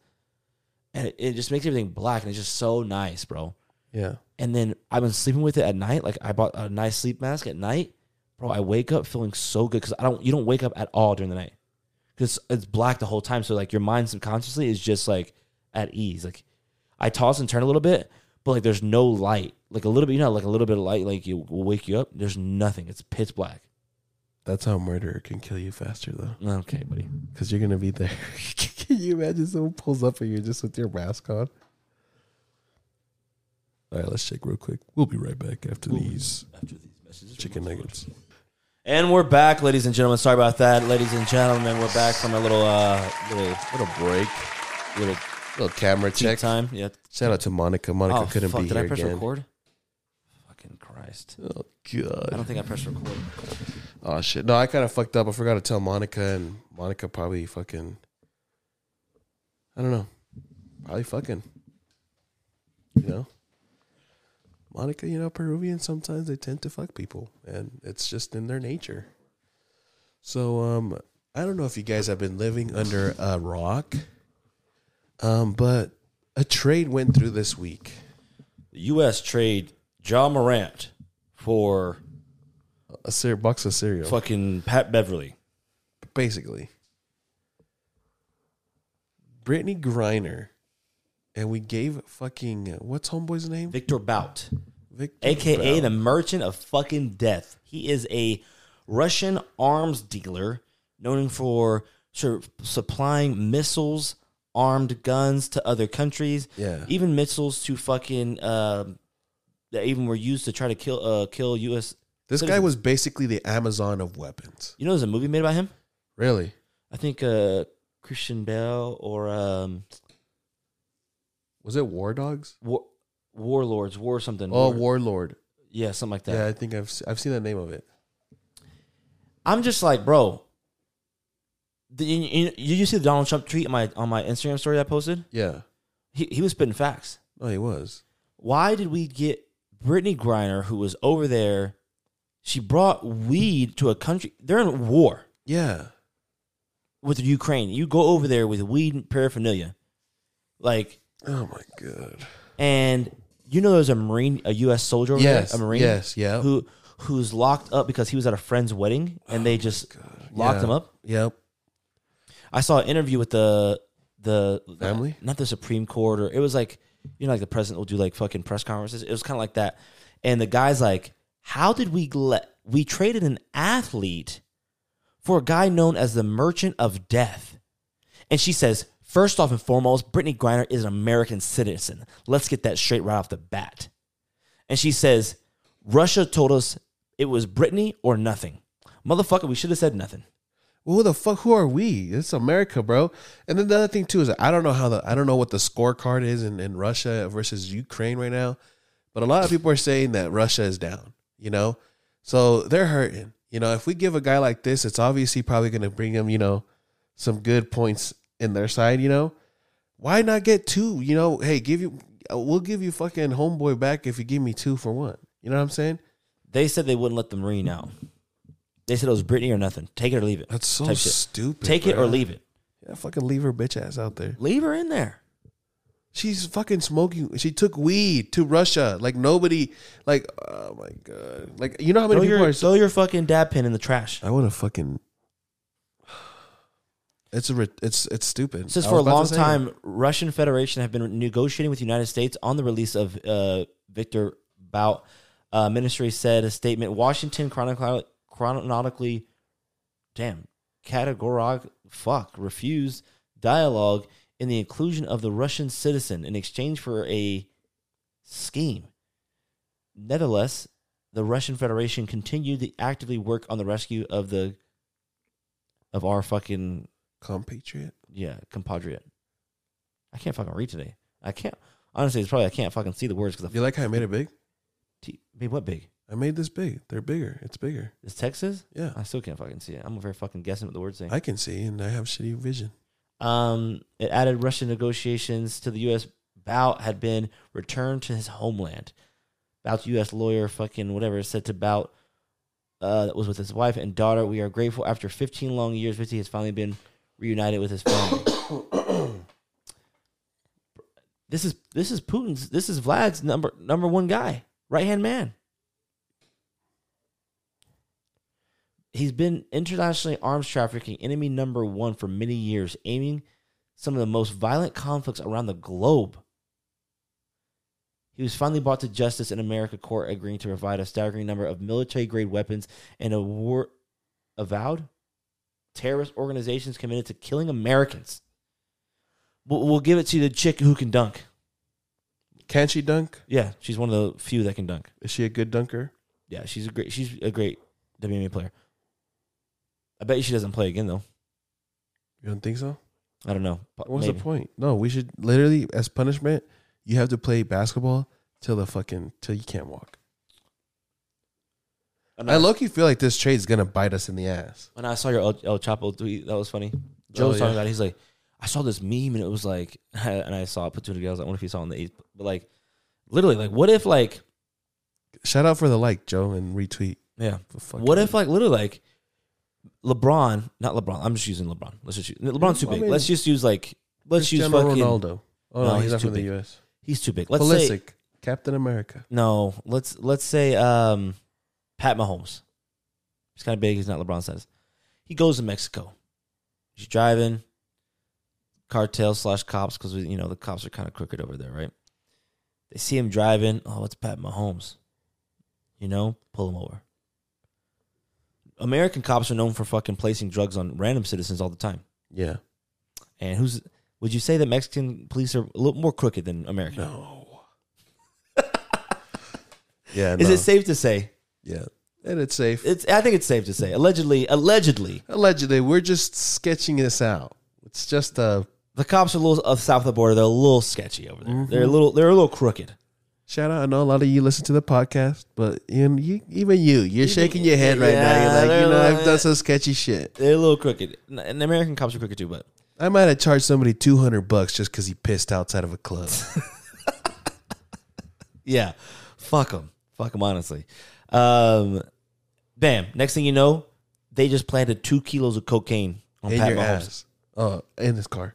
and it, it just makes everything black, and it's just so nice, bro. Yeah, And then I've been sleeping with it at night. Like I bought a nice sleep mask at night, bro. I wake up feeling so good because I don't. You don't wake up at all during the night because it's black the whole time. So like your mind subconsciously is just like at ease. Like I toss and turn a little bit, but like there's no light. Like a little bit, you know, like a little bit of light, like you will wake you up. There's nothing. It's pitch black. That's how a murderer can kill you faster though, Okay, buddy. because you're gonna be there. can you imagine someone pulls up on you just with your mask on? All right, let's check real quick. We'll be right back after these After these messages. chicken nuggets. And we're back, ladies and gentlemen. Sorry about that, ladies and gentlemen. We're back from a little uh little Little break, little little camera tea check. time. Yeah. Shout out to Monica. Monica oh, couldn't fuck, be did here I press again. record? Fucking Christ. Oh I god. don't think I pressed record. Oh shit. No, I kind of fucked up. I forgot to tell Monica, and Monica probably fucking. I don't know. Probably fucking. You know. Monica, you know Peruvians sometimes they tend to fuck people, and it's just in their nature. So um, I don't know if you guys have been living under a rock, um, but a trade went through this week. US trade Ja Morant for A cer- box of cereal, fucking Pat Beverly. basically. Brittany Griner, and we gave fucking what's homeboy's name? Victor Bout. Victor aka Brown. the merchant of fucking death. He is a Russian arms dealer known for sur- supplying missiles, armed guns to other countries. Yeah. even missiles to fucking um that even were used to try to kill uh, kill U.S. This guy citizens. was basically the Amazon of weapons. You know, there's a movie made about him. Really? I think uh, Christian Bell or um, Was it War Dogs? War- Warlords, War something. Oh, War- Warlord. yeah, something like that. Yeah, I think I've se- I've seen the name of it. I'm just like, bro. Did you, you, you see the Donald Trump tweet on my on my Instagram story I posted? Yeah. He he was spitting facts. Oh, he was. Why did we get Brittany Griner, who was over there? She brought weed to a country. They're in war Yeah. with Ukraine. You go over there with weed and paraphernalia, like, Oh my god. and you know there's a marine, a U.S. soldier, over Yes. there, a marine, Yes. Yeah. who who's locked up because he was at a friend's wedding and they just locked Yeah. him up. Yep. I saw an interview with the the Family? not, the Supreme Court, or it was like you know, like the president will do like fucking press conferences. It was kind of like that, and the guy's like, "How did we let we traded an athlete for a guy known as the Merchant of Death?" And she says, first off and foremost, Brittany Griner is an American citizen. Let's get that straight right off the bat." And she says, "Russia told us it was Brittany or nothing, motherfucker. We should have said nothing." Well, who the fuck? Who are we? It's America, bro. And then the other thing too is I don't know how the I don't know what the scorecard is in, in Russia versus Ukraine right now, but a lot of people are saying that Russia is down. You know, so they're hurting. You know, if we give a guy like this, it's obviously probably going to bring him, you know, some good points in their side. You know, why not get two? You know, hey, give you, we'll give you fucking homeboy back if you give me two for one. You know what I'm saying? They said they wouldn't let the Marine out. They said it was Britney or nothing. Take it or leave it. That's so Type shit. stupid. Take it or bro. leave it. Yeah, fucking leave her bitch ass out there. Leave her in there. She's fucking smoking. She took weed to Russia. Like nobody. Like oh my god. Like you know how many Throw people your, are. throw your fucking dab pin in the trash. I want to fucking. It's a. ri- It's it's stupid. Since I for a was about to long say time, Russian Federation have been negotiating with the United States on the release of uh, Victor Bout. Uh, ministry said a statement. Washington chronically, chronologically, damn, categorog, fuck, refused dialogue in the inclusion of the Russian citizen in exchange for a scheme. Nevertheless, the Russian Federation continued to actively work on the rescue of the of our fucking compatriot. yeah, compadre. I can't fucking read today. I can't. Honestly, it's probably I can't fucking see the words because You like how I made it big? T- babe, what big? I made this big. They're bigger. It's bigger. Is Texas? Yeah, I still can't fucking see it. I'm over here fucking guessing what the words say. I can see, and I have shitty vision. Um, it added Russian negotiations to the U.S. Bout had been returned to his homeland. Bout's U.S. lawyer, fucking whatever, said to Bout uh, that was with his wife and daughter. We are grateful. After 15 long years, Richie has finally been reunited with his family. this is this is Putin's. This is Vlad's number number one guy, right hand man. He's been internationally arms trafficking enemy number one for many years, aiming some of the most violent conflicts around the globe. He was finally brought to justice in America court, agreeing to provide a staggering number of military grade weapons and a war avowed terrorist organizations committed to killing Americans. We'll, we'll give it to the chick who can dunk. Can she dunk? Yeah, she's one of the few that can dunk. Is she a good dunker? Yeah, she's a great. She's a great WNBA player. I bet you she doesn't play again though. You don't think so? I don't know. What's Maybe. the point? No, we should literally as punishment, you have to play basketball till the fucking till you can't walk. And I low key feel like this trade's gonna bite us in the ass. When I saw your El, El Chapo tweet, that was funny. Oh, Joe was yeah. talking about. it. He's like, I saw this meme and it was like, and I saw it put two together. I was like, I wonder if you saw it in the eighth. But like, literally, like, what if like, Shout out for the like, Joe, and retweet. yeah, For fucking- what if like literally like, LeBron, not LeBron. I'm just using LeBron. Let's just use, LeBron's too I big. mean, let's just use like, let's use Cristiano fucking. Ronaldo? Oh no, No, he's, he's not too from big. the US. He's too big. Let's Pulisic, say Captain America. no. Let's let's say um, Pat Mahomes. He's kind of big. He's not LeBron size. He goes to Mexico. He's driving. Cartel slash cops because you know the cops are kind of crooked over there, right? They see him driving. Oh, it's Pat Mahomes. You know, pull him over. American cops are known for fucking placing drugs on random citizens all the time. Yeah. And who's would you say that Mexican police are a little more crooked than American? No. yeah. Is no. it safe to say? Yeah. And it's safe. It's I think it's safe to say allegedly. Allegedly, Allegedly, we're just sketching this out. It's just a the cops are a little uh, south of the border. They're a little sketchy over there. They're Mm-hmm. a little they're a little crooked. shout out. I know a lot of you listen to the podcast, but you, you even you, you're shaking your head right now. You're like, Yeah, you know, they're I've done like- some sketchy shit. They're a little crooked. And- And American cops are crooked too, but I might have charged somebody two hundred bucks just because he pissed outside of a club. yeah, fuck them, fuck them. Honestly, um, bam. Next thing you know, they just planted two kilos of cocaine on in Pat your Mahomes. ass. Oh, in his car.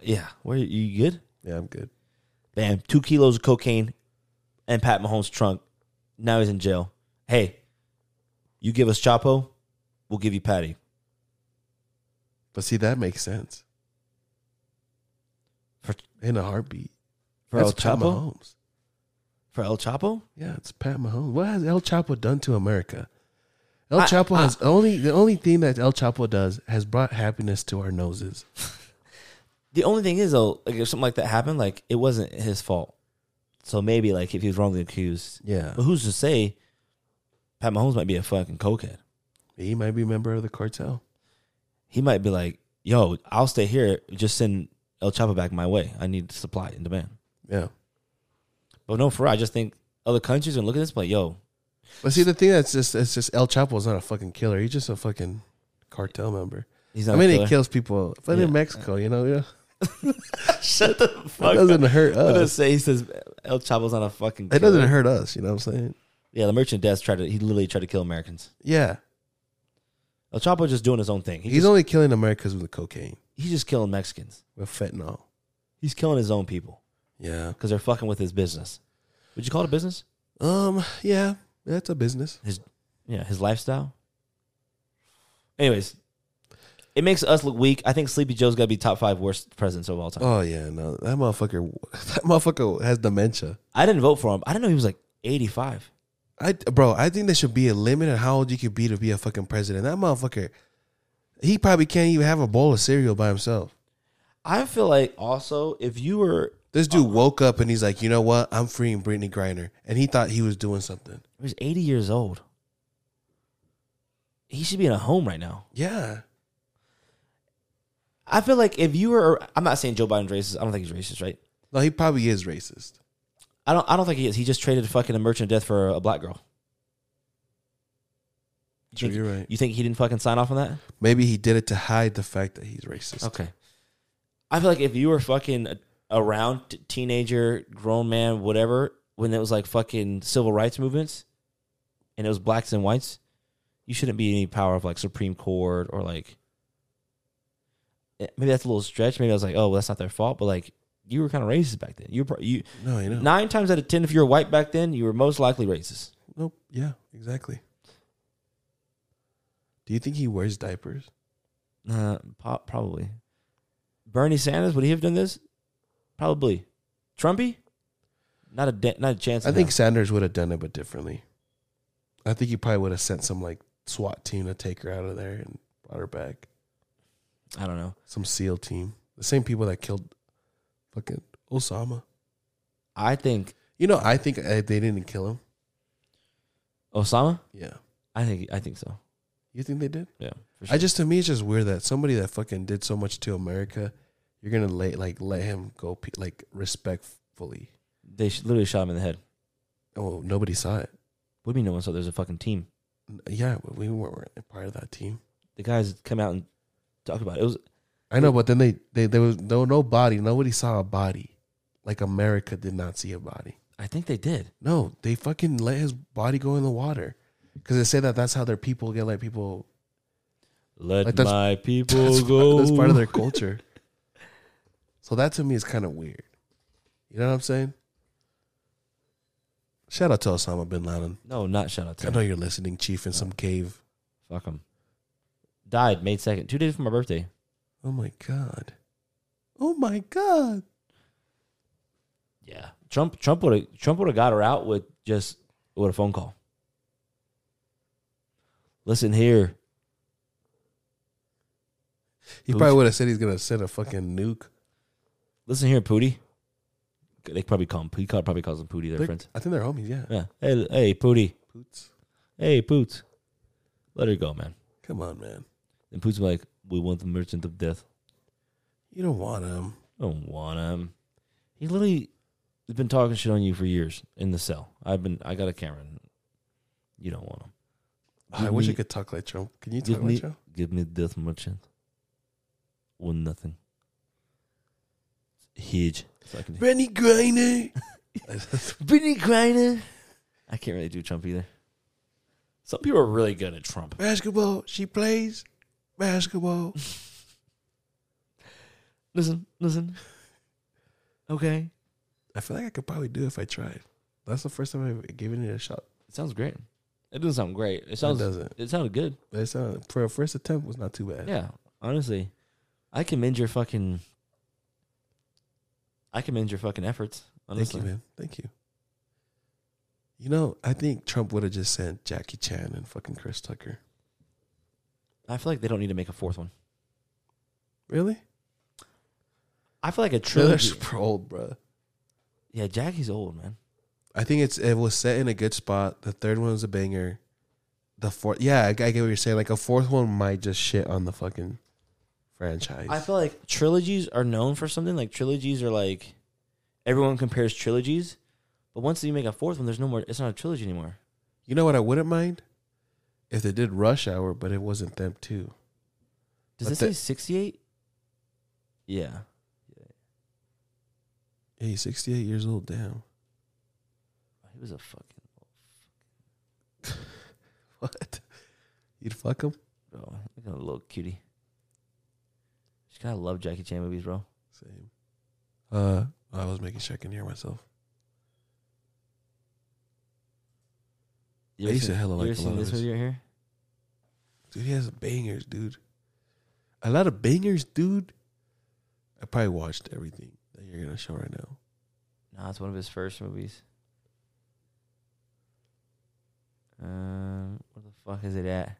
Yeah, where you good? Yeah, I'm good. Bam, two kilos of cocaine and Pat Mahomes' trunk. Now he's in jail. Hey, you give us Chapo, we'll give you Patty. But see, that makes sense. For, In a heartbeat. for That's El Pat Chapo? Mahomes. For El Chapo? Yeah, it's Pat Mahomes. What has El Chapo done to America? El I- Chapo has only the only thing that El Chapo does has brought happiness to our noses. The only thing is though, like if something like that happened, like it wasn't his fault. So maybe like if he was wrongly accused, Yeah, but who's to say Pat Mahomes might be a fucking cokehead? he might be a member of the cartel. He might be like, "Yo, I'll stay here. Just send El Chapo back my way. I need supply and demand." Yeah, But no, for real, I just think other countries are looking at this like, "Yo, but see, the thing that's just it's just El Chapo is not a fucking killer. He's just a fucking cartel member. he's I not." a mean, he killer." kills people, but Yeah. in Mexico, you know, yeah, Shut the it fuck doesn't up. hurt I'm gonna us. say he says El Chapo's on a fucking. It killer. doesn't hurt us. You know what I'm saying? Yeah, the merchant death tried to. He literally tried to kill Americans. Yeah, El Chapo just doing his own thing. He he's just, only killing Americans with cocaine, he's just killing Mexicans. with fentanyl. He's killing his own people Yeah. because they're fucking with his business. Would you call it a business? Um. Yeah, that's a business. Yeah, his lifestyle. Anyways, it makes us look weak. I think Sleepy Joe's got to be top five worst presidents of all time. Oh yeah, no, that motherfucker, that motherfucker has dementia. I didn't vote for him. I didn't know he was like eighty-five. I bro, I think there should be a limit on how old you could be to be a fucking president. That motherfucker, he probably can't even have a bowl of cereal by himself. I feel like also if you were This dude woke up and he's like, you know what? I'm freeing Brittany Griner, and he thought he was doing something. He's 80 years old. He should be in a home right now. Yeah, I feel like if you were, I'm not saying Joe Biden's racist. I don't think he's racist, right? no, he probably is racist. I don't. I don't think he is. He just traded fucking a merchant of death for a black girl. You True, think, you're right. you think he didn't fucking sign off on that? Maybe he did it to hide the fact that he's racist. Okay. I feel like if you were fucking around t- teenager, grown man, whatever, when it was like fucking civil rights movements, and it was blacks and whites, you shouldn't be any power of like Supreme Court or like. Eh, Maybe that's a little stretch. Maybe I was like, oh, well, that's not their fault. But like, you were kind of racist back then. You were pro- you No, you know. nine times out of ten, if you were white back then, you were most likely racist. nope. Yeah, exactly. Do you think he wears diapers? Uh, po- probably. Bernie Sanders would he have done this? Probably. Trumpy, not a da- not a chance. I in think hell. Sanders would have done it, but differently. I think he probably would have sent some like SWAT team to take her out of there and brought her back. I don't know. Some SEAL team, the same people that killed fucking Osama. I think You know, I think uh, they didn't kill him. Osama. Yeah, I think I think so. you think they did? Yeah. For I just to me, it's just weird that somebody that fucking did so much to America, you're gonna let like let him go pe- like respectfully. they sh- literally shot him in the head. Oh, nobody saw it. What do you mean no one saw? There's a fucking team. N- Yeah, but we weren't weren't part of that team. The guys come out and talk about it. It was I know, but then they they there was no no body. Nobody saw a body. Like America did not see a body. I think they did. No, they fucking let his body go in the water because they say that that's how their people get like people. Let Like, that's- my people That's, go. part, that's part of their culture. so that to me is kind of weird. You know what I'm saying? Shout out to Osama bin Laden. No, not shout out to I him. know you're listening, Chief, in some cave. Fuck him. Died May second, two days from my birthday. Oh my god. Oh my god. Yeah. Trump Trump would have Trump would have got her out with just with a phone call. Listen here. He Who's- probably would have said he's gonna send a fucking nuke. Listen here, Pootie. They probably call him. He call- probably calls him Pootie. Their They're- friends. I think they're homies. Yeah. Yeah. Hey, hey, Pootie. Poots. Hey, Poots. Let her go, man. Come on, man. And Poots be like, we want the merchant of death. You don't want him. I don't want him. He literally has been talking shit on you for years in the cell. I've been. I got a camera. You don't want him. I Give wish I me- could talk like Trump. Can you give talk me- like Trump? Give me death merchant. Or nothing. Huge. So I can Benny Griner. Brittany Griner. I can't really do Trump either. Some people are really good at Trump. basketball. She plays basketball. Listen, listen. Okay. I feel like I could probably do it if I tried. That's the first time I've given it a shot. It sounds great. It doesn't sound great. It That sounds it, doesn't. sounded good. But it sounded, for a first attempt was not too bad. Yeah. Honestly. I commend your fucking I commend your fucking efforts. Thank Honestly. you, man. Thank you. You know, I think Trump would have just sent Jackie Chan and fucking Chris Tucker. I feel like they don't need to make a fourth one. Really? I feel like a They're trilogy. super old, bro. Yeah, Jackie's old, man. I think it's it was set in a good spot. The third one was a banger. The fourth, yeah, I, I get what you're saying. Like a fourth one might just shit on the fucking franchise. I feel like trilogies are known for something. Like trilogies are like everyone compares trilogies, but once you make a fourth one, there's no more. It's not a trilogy anymore. you know what? I wouldn't mind if they did Rush Hour, but it wasn't them too. Does But this the- say sixty eight? Yeah, Hey, 68 years old, damn. he was a fucking What? You'd fuck him? bro. Look at a little cutie. She kind of love Jackie Chan movies, bro. Same. Uh, I was making sure I can hear myself. You I ever used to seen- hella you like ever a seen lot of this his- movie right here? Dude, he has bangers, dude. A lot of bangers, dude. I probably watched everything that you're gonna show right now. Nah, it's one of his first movies. Um, where the fuck is it at?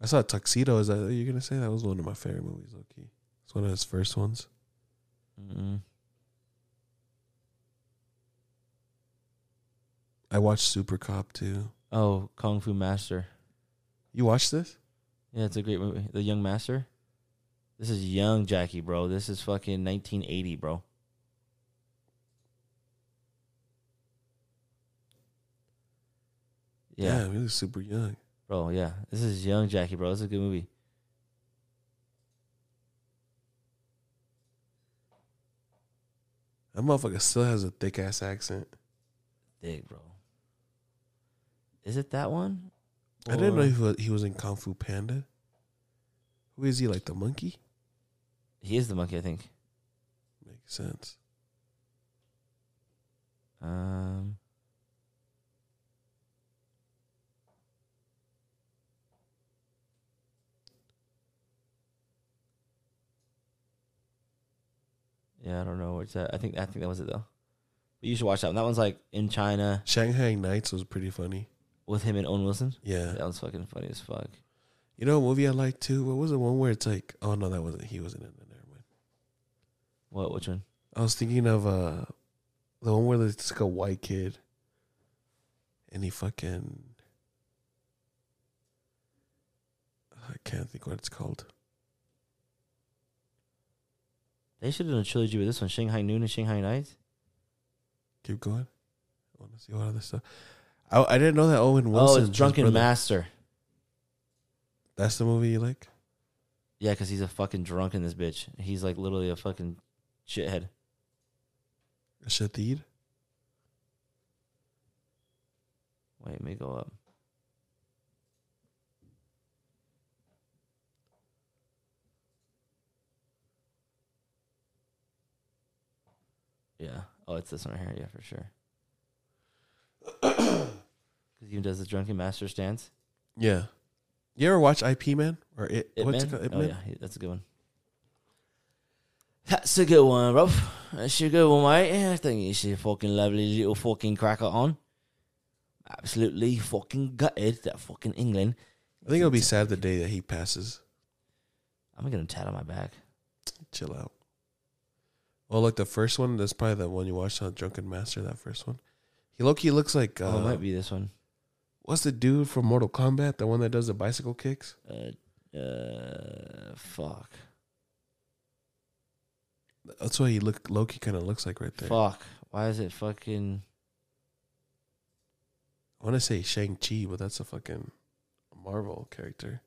I saw Tuxedo. Is that what you're gonna say? That was one of my favorite movies, Loki. It's one of his first ones. Mm-mm. I watched Super Cop too. Oh, Kung Fu Master. You watched this? Yeah, it's a great movie. The Young Master. This is young Jackie, bro. This is fucking 1980, bro. Yeah, he was super young. bro. Yeah, this is young Jackie, bro. This is a good movie. That motherfucker still has a thick ass accent. Dig, bro. Is it that one? I didn't know Or- he was, he was in Kung Fu Panda. Who is he? Like the monkey? he is the monkey. I think. Makes sense. Um. Yeah, I don't know where it's at. I think I think that was it though. But you should watch that one. That one's like in China. Shanghai Nights was pretty funny. with him and Owen Wilson. Yeah. That was fucking funny as fuck. You know, a movie I like too. What was the one where it's like, oh no, that wasn't. He wasn't in it. Never mind. What? Which one? I was thinking of uh, the one where it's like a white kid, and he fucking. I can't think what it's called. They should have done a trilogy with this one: Shanghai Noon and Shanghai Nights. Keep going. I want to see what other stuff. I I didn't know that Owen Wilson. oh, it's his Drunken brother- Master. That's the movie you like. Yeah, because he's a fucking drunk in this bitch. He's like literally a fucking shithead. Rashid Eid? Wait, let me go up. Yeah. Oh, it's this one right here. Yeah, for sure. Because he even does the drunken master stance. Yeah. You ever watch IP Man or it? Ip what's it Man? called? Ip oh Man? yeah, he- that's a good one. That's a good one, bro. That's a good one, mate. I think it's a fucking lovely little fucking cracker on. Absolutely fucking gutted that fucking England. I think it'll be sad the day that he passes. I'm gonna tat on my back. Chill out. Oh look, the first one. That's probably the one you watched on Drunken Master. That first one. He look. He looks like. Uh, oh, it might be this one. What's the dude from Mortal Kombat? The one that does the bicycle kicks. Uh, uh, fuck, That's what he look. Loki kind of looks like right there. fuck. Why is it fucking? I want to say Shang Chi, but that's a fucking Marvel character.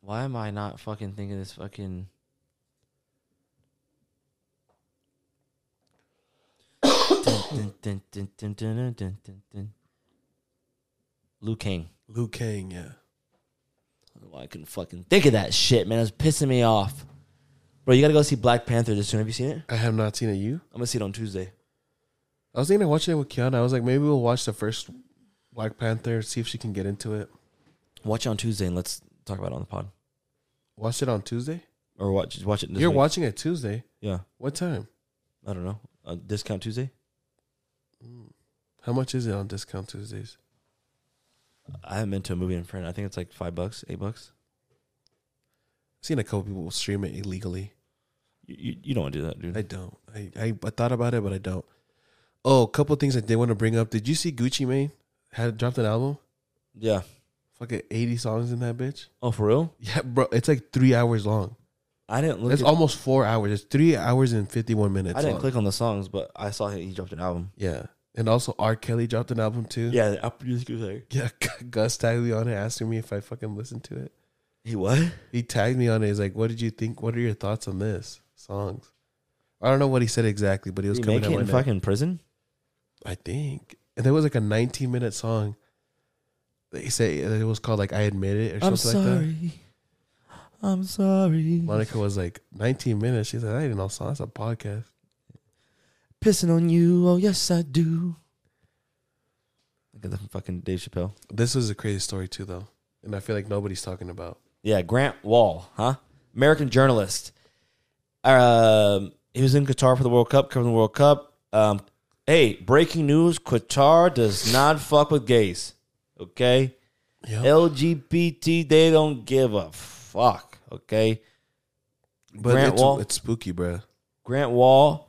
Why am I not fucking thinking this fucking? Dun, dun, dun, dun, dun, dun, dun, dun, dun. Liu Kang. Liu Kang. Yeah. Why I couldn't fucking think of that shit, man. It was pissing me off. Bro, you gotta go see Black Panther this soon. Have you seen it? I have not seen it. You? I'm gonna see it on Tuesday. I was thinking of watching it with Kiana. I was like, maybe we'll watch the first Black Panther, see if she can get into it. Watch it on Tuesday and let's talk about it on the pod. Watch it on Tuesday. Or watch watch it. This You're week. watching it Tuesday. Yeah, What time? I don't know. Uh, discount Tuesday. Hmm. How much is it on discount Tuesdays? I haven't been to a movie in print. I think it's like five bucks, eight bucks. I've seen a couple people stream it illegally. You you, you don't want to do that, dude. I don't. I, I, I thought about it, but I don't. Oh, a couple things I did want to bring up. Did you see Gucci Mane had dropped an album? yeah. Fucking eighty songs in that bitch. Oh, for real? Yeah, bro. It's like three hours long. I didn't look. It's at- almost four hours. It's three hours and fifty one minutes. I didn't long. click on the songs, but I saw he he dropped an album. Yeah, and also R. Kelly dropped an album too. Yeah, the upper music was like Yeah, Gus tagged me on it, asking me if I fucking listened to it. he what? He tagged me on it. He's like, "What did you think? What are your thoughts on this songs?" I don't know what he said exactly, but he was Did he coming make out it in with fucking prison? I think, and there was like a 19 minute song. They say that it was called like "I Admit It" or I'm something like that. sorry. I'm sorry. Monica was like 19 minutes. She's like, "I didn't know song. That's a podcast." Pissing on you. Oh yes, I do. Look at the fucking Dave Chappelle. This was a crazy story too, though, and I feel like nobody's talking about. Yeah, Grant Wall, huh? American journalist. Um, he was in Qatar for the World Cup, covering the World Cup. Um, hey, breaking news: Qatar does not fuck with gays. Okay, Yeah, LGBT, they don't give a fuck. Okay, but Grant it's, Wall. it's spooky, bruh. Grant Wall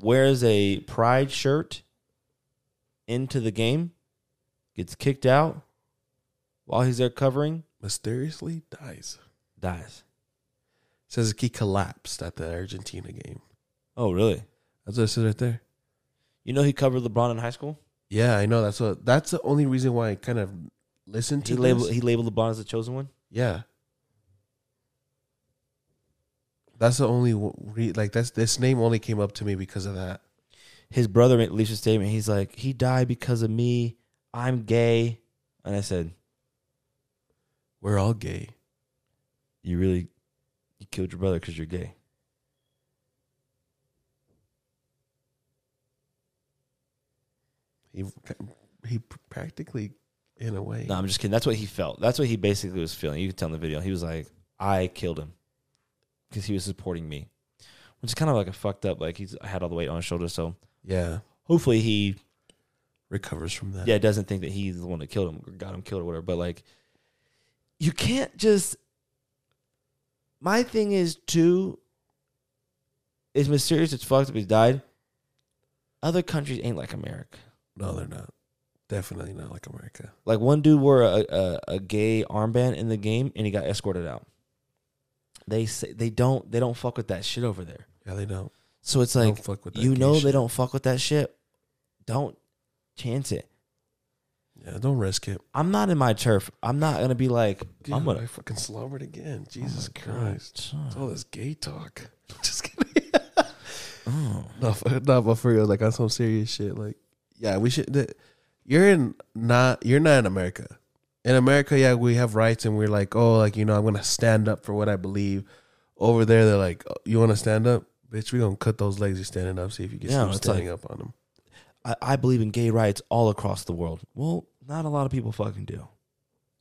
wears a pride shirt into the game, gets kicked out while he's there covering, Mysteriously dies. dies. Says he collapsed at the Argentina game. Oh, really? That's what it says right there. You know he covered LeBron in high school. Yeah, I know. That's what. That's the only reason why I kind of listened to He labeled this. he labeled LeBron as the chosen one. Yeah. That's the only w- re- like that's this name only came up to me because of that. His brother made leaves a statement. He's like, he died because of me. I'm gay, and I said, We're all gay. you really you killed your brother because you're gay. He he pr- practically in a way. No, I'm just kidding. That's what he felt. That's what he basically was feeling. You can tell in the video. He was like, I killed him because he was supporting me. which is kind of like a fucked up. Like he's had all the weight on his shoulders, so Yeah. hopefully he Recovers from that. yeah doesn't think that he's the one that killed him or got him killed or whatever. But like, you can't just. My thing is too. It's mysterious. It's fucked up. He's died. Other countries ain't like America. No, they're not. Definitely not like America. Like one dude wore a, a, a gay armband in the game and he got escorted out. They say they don't they don't fuck with that shit over there. Yeah, they don't. So it's They like don't fuck with that you gay know shit. they don't fuck with that shit. Don't chance it. Yeah, don't risk it. I'm not in my turf. I'm not gonna be like Dude, I'm I gonna Oh fucking slobbered again. Jesus God, Christ. son. It's all this gay talk. Just kidding. mm. No, for, no, but for real, like on some serious shit. Like, yeah, we should. The, you're in not. You're not in America. In America, yeah, we have rights, and we're like, oh, like you know, I'm gonna stand up for what I believe. Over there, they're like, oh, you want to stand up, bitch? We gonna cut those legs you're standing up. See if you can Yeah, it's keep standing up on them. I, I believe in gay rights all across the world. Well, not a lot of people fucking do.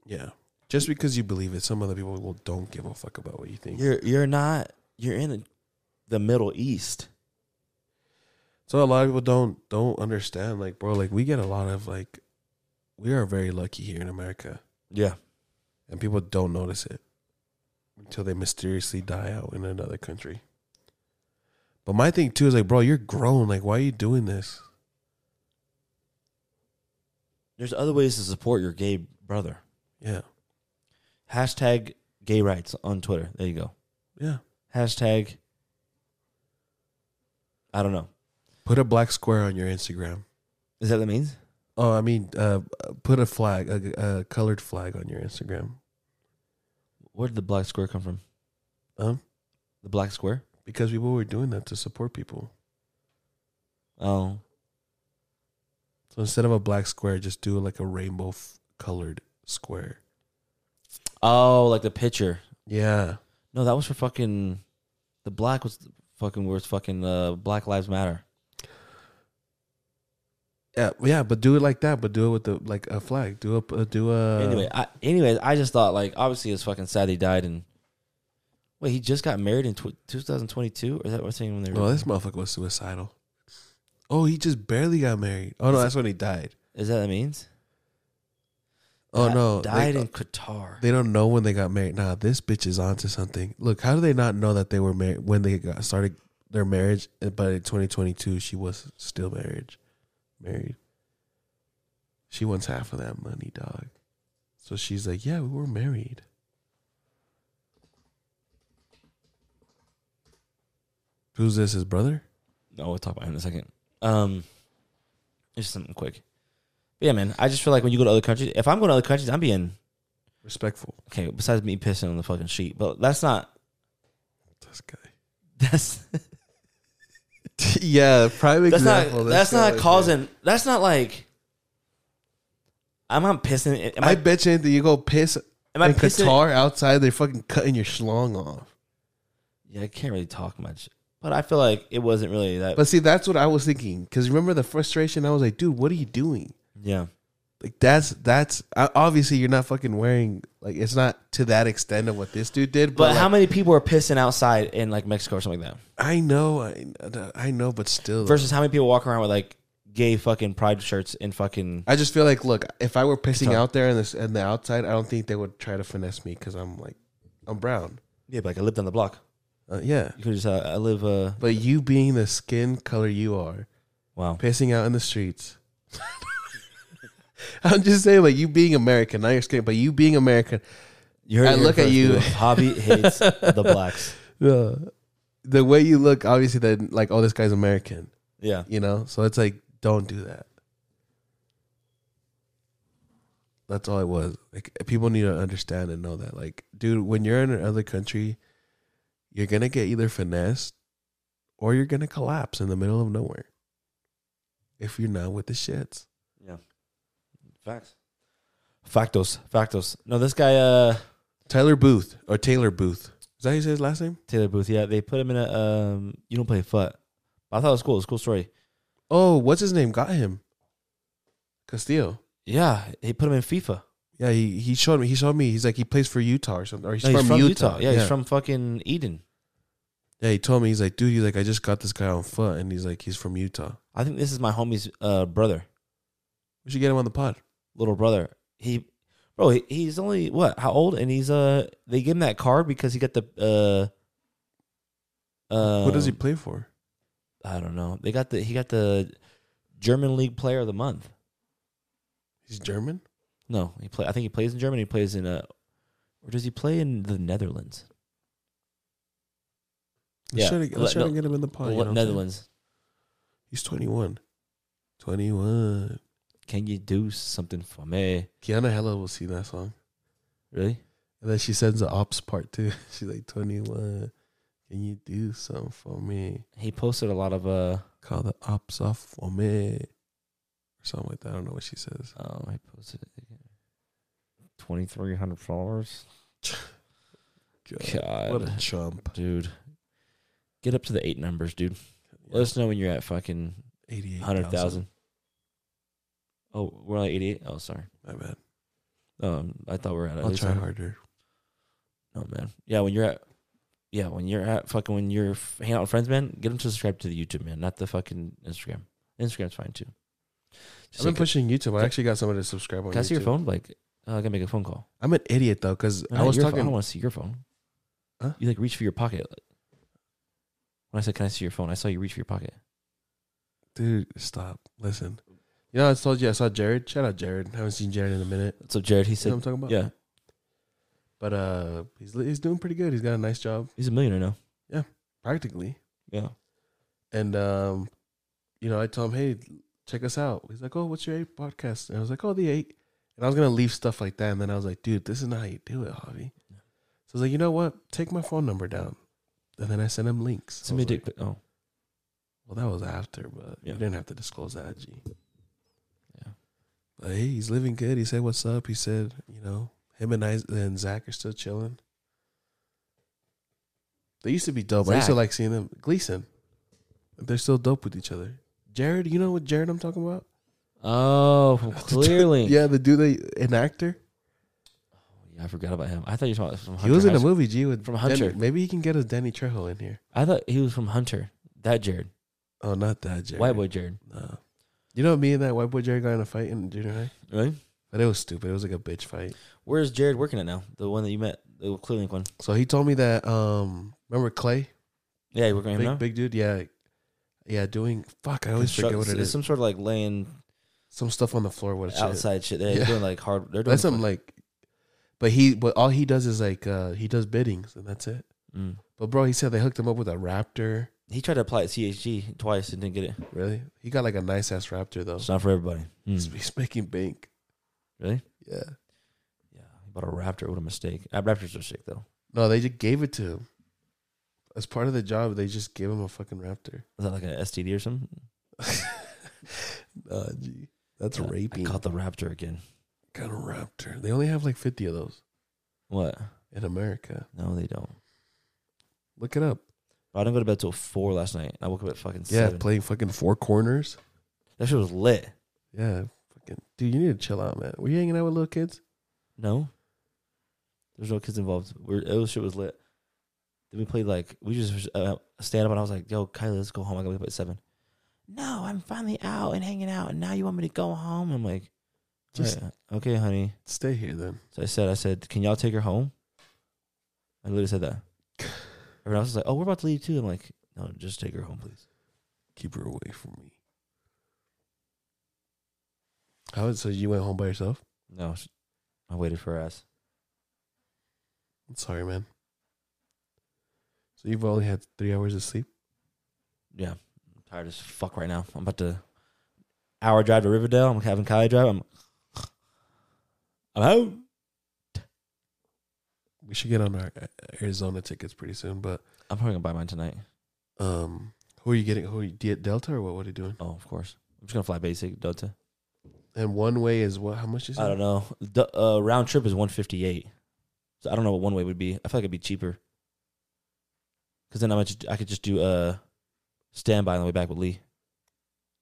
Yeah, just because you believe it, some other people will don't give a fuck about what you think. You're you're not you're in the Middle East. So a lot of people don't don't understand. Like, bro, like we get a lot of like, we are very lucky here in America. Yeah. and people don't notice it until they mysteriously die out in another country. But my thing too is like, bro, you're grown. Like, why are you doing this? There's other ways to support your gay brother. Yeah, Hashtag gay rights on Twitter. There you go. yeah. Hashtag I don't know. Put a black square on your Instagram. Is that what it means? Oh, I mean, uh, put a flag, a, a colored flag on your Instagram. Where did the black square come from? Um, The black square? because people were doing that to support people. Oh. So instead of a black square, just do like a rainbow f- colored square. Oh, like the picture. Yeah, No, that was for fucking the black was fucking where it's fucking uh, Black Lives Matter. yeah, yeah. But do it like that. But do it with the like a flag. Do a do a anyway, I anyways, I just thought like obviously it's fucking sad he died and wait, he just got married in tw- 2022 or is that what's saying when they No, were Oh, this motherfucker was suicidal. Oh, he just barely got married. Oh no, that's when he died. Is that what it means? Oh Di- no, Died they, in Qatar. they don't know when they got married. Nah, this bitch is onto something. Look, how do they not know that they were married when they got started their marriage? uh, But in 2022, she was still married. Married. She wants half of that money, dog. So she's like, "Yeah, we were married." Who's this? His brother? No, we'll talk about him in a second. Um, just something quick. But yeah, man. I just feel like when you go to other countries, if I'm going to other countries, I'm being Respectful. okay. Besides me pissing on the fucking sheet, but that's not. This guy. That's yeah, prime that's example. not that's guy not right causing. That's not like. I'm not pissing. Am there. I I, bet you anything, you go piss am I in pissing? Qatar outside. They're fucking cutting your schlong off. Yeah, I can't really talk much, but I feel like it wasn't really that. But see, that's what I was thinking. Because remember the frustration? I was like, dude, what are you doing? yeah, Like that's that's I- obviously you're not fucking wearing like it's not to that extent of what this dude did. but But, how like, many people are pissing outside in like Mexico or something like that? I know, I, I know, but still, Versus how many people walk around with like gay fucking pride shirts and fucking I just feel like look, if I were pissing Qatar. out there in this in the outside, I don't think they would try to finesse me because I'm like I'm brown. yeah, but like I lived on the block. Uh, yeah, You could just uh, I live uh but you being the skin color you are, wow. pissing out in the streets. I'm just saying, like you being American, not your skin, but you being American. You heard I it here look at first, you. people. Hobby hates the blacks. Uh, the way you look, obviously, that like, oh, this guy's American, Yeah. you know. So it's like, don't do that. That's all it was. Like people need to understand and know that, like, dude, when you're in another country, you're gonna get either finessed or you're gonna collapse in the middle of nowhere if you're not with the shits. Facts. Factos. Factos. No, this guy uh Tyler Booth or Taylor Booth. Is that how you say his last name? Taylor Booth, yeah, they put him in a um you don't play foot. I thought it was cool. It's a cool story. Oh, what's his name? Got him. Castillo. Yeah, he put him in FIFA. Yeah, he, he showed me. He showed me. He's like he plays for Utah or something. Or he's, No, from, Utah. Yeah, he's from fucking Eden. Yeah, he told me he's like, dude, he's like, I just got this guy on foot, and he's like, he's from Utah. I think this is my homie's uh, brother, We should get him on the pod. little brother. He, bro, he, he's only what? How old? And he's uh, they give him that card because he got the uh, uh, Who does he play for? I don't know. They got the he got the German league player of the month. He's German. No, he play. I think he plays in Germany. He plays in uh, or does he play in the Netherlands? Let's Yeah. try to, Let- let's try to no- get him in the pod. you What- know what I'm saying? Netherlands. He's 21. 21. Can you do something for me? Kiana Hella will sing that song. Really? And then she sends the ops part too. She's like, 21, can you do something for me? He posted a lot of uh. Call the ops off for me. Or something like that. I don't know what she says. Oh, he posted twenty three hundred followers. What a God, chump. dude, get up to the eight numbers, dude. Let us know when you're at fucking 88. hundred thousand. Oh, we're like eighty eight. Oh, sorry. My bad. Um, I thought we were at. at I'll least try 100. harder. Oh man, yeah. When you're at, yeah, when you're at fucking when you're f- hanging out with friends, man, get them to subscribe to the YouTube, man, not the fucking Instagram. Instagram's fine too. Just I've been like, pushing YouTube. I actually got somebody to subscribe on can I see your YouTube. phone? Like, oh, I gotta make a phone call. I'm an idiot though, because No, I not was your phone. I don't talking. want to see your phone. Huh? You like reach for your pocket. When I said, "Can I see your phone?" I saw you reach for your pocket. Dude, stop. Listen. You know, I told you I saw Jared. Shout out Jared. I haven't seen Jared in a minute. What's up, Jared? He You know what I'm said, talking about? "Yeah, But uh, he's he's doing pretty good. He's got a nice job, he's a millionaire now." practically. Yeah, And um, you know, I told him, hey, check us out. He's like, oh, what's your eight podcast? And I was like, oh, the eight. And I was gonna leave stuff like that, and then I was like, dude, this is not how you do it, Javi. Yeah. So I was like, you know what? Take my phone number down. And then I sent him links. send me a I was like, dick. pic. Oh, Well, that was after, but Yeah. you didn't have to disclose that, G. Yeah. But hey, he's living good. He said, "What's up?" He said, "You know, him and I and Zach are still chilling." They used to be dope. I used to Zach? like seeing them. Gleason, they're still dope with each other. Jared, you know what Jared I'm talking about? oh, from clearly. yeah, the dude, they an actor. Yeah, I forgot about him. I thought you were talking from he was Hunter in a High movie. G with From Danny- Hunter. maybe he can get us Danny Trejo in here. I thought he was from Hunter. That Jared, Oh, not that Jared. white boy Jared. No. You know me and that white boy Jared got in a fight in junior high, Really? but it was stupid. It was like a bitch fight. Where's Jared working at now? The one that you met, the Clearlink one. So he told me that um remember Clay? Yeah, you working at him Big now. big dude, yeah. Yeah, doing fuck, I always forget Construct- what it it's is. Some sort of like laying Some stuff on the floor, what shit. outside shit. They're Yeah. doing like hard. They're doing That's something like but he but all he does is like uh he does biddings and that's it. Mm. But bro, he said they hooked him up with a raptor. He tried to apply at CHG twice and didn't get it. Really? He got like a nice ass raptor though. It's not for everybody. He's, Mm. he's making bank. Really? Yeah. Yeah. He bought a Raptor. What a mistake. Uh, Raptors are sick though. No, they just gave it to him. As part of the job, they just gave him a fucking raptor. Is that like an STD or something? Uh, gee. That's Yeah, raping. I caught the Raptor again. Got a raptor. They only have like 50 of those What? in America. No, they don't. Look it up. I didn't go to bed till four last night. I woke up at fucking Yeah, seven. playing fucking four corners. That shit was lit. Yeah, fucking dude, you need to chill out, man. Were you hanging out with little kids? No. There's no kids involved. We're, it was shit was lit. Then we played like we just uh, stand up and I was like, "Yo, Kylie, let's go home. I gotta wake up at seven. No, I'm finally out and hanging out, and now you want me to go home? I'm like, Just- "Alright, okay, honey. Stay here then. So I said, I said, can y'all take her home? I literally said that. Everyone else was like, oh, we're about to leave too. I'm like, no, just take her home, please. Keep her away from me. How so you went home by yourself? No, sh- I waited for her ass. I'm sorry, man. So you've only had three hours of sleep? Yeah, I'm tired as fuck right now. I'm about to hour drive to Riverdale. I'm having Kylie drive. I'm I'm out. We should get on our uh, Arizona tickets pretty soon, but I'm probably gonna buy mine tonight. um who are you getting? Who are you get Delta or what? What are you doing? Oh, of course. I'm just gonna fly basic Delta. And one way is what? How much is it? I don't know. The uh, round trip is 158. So I don't know what one way would be. I feel like it'd be cheaper. Cause then I might just, I could just do uh standby on the way back with Lee.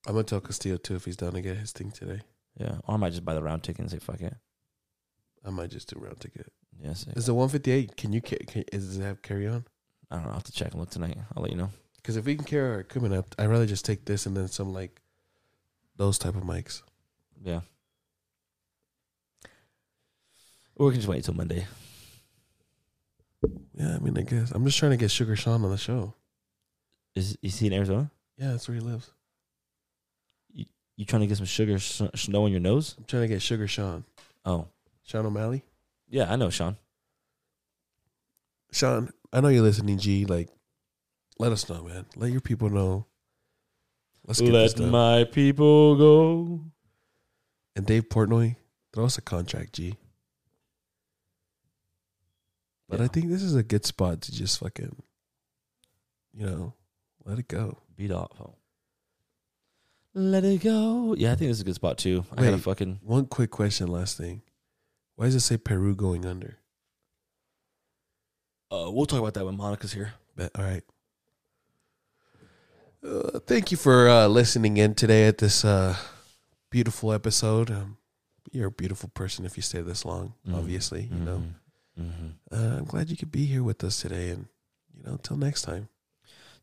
I'm gonna tell Castillo too if he's down to get his thing today. Yeah, or I might just buy the round ticket and say fuck it. I might just do round ticket. Yes, Is the 158? Can you ca- can, is does it have carry on? I don't know. I'll have to check and look tonight. I'll let you know. Because if we can carry our equipment up, I'd rather just take this and then some like those type of mics. Yeah. Or we can just wait till Monday. Yeah, I mean, I guess I'm just trying to get Sugar Sean on the show. Is is he in Arizona? Yeah, that's where he lives. You trying to get some sugar s- snow on your nose? I'm trying to get Sugar Sean, Oh, Sean O'Malley. yeah, I know, Sean. Sean, I know you're listening. G, like, let us know, man. Let your people know. Let's get this Let done. my people go. and Dave Portnoy, throw us a contract, G. But Yeah. I think this is a good spot to just fucking, you know, let it go. Beat off. Oh. Let it go. Yeah, I think this is a good spot too. I gotta Wait. fucking. One quick question, last thing. Why does it say Peru going under? Uh, we'll talk about that when Monica's here. But, all right. Uh, thank you for uh, listening in today at this uh, beautiful episode. Um, you're a beautiful person if you stay this long, Mhm. obviously. You know, Mm-hmm. uh, I'm glad you could be here with us today, and you know, till next time.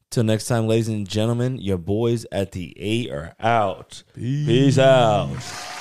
Till next time, ladies and gentlemen, your boys at the eight are out. Peace out.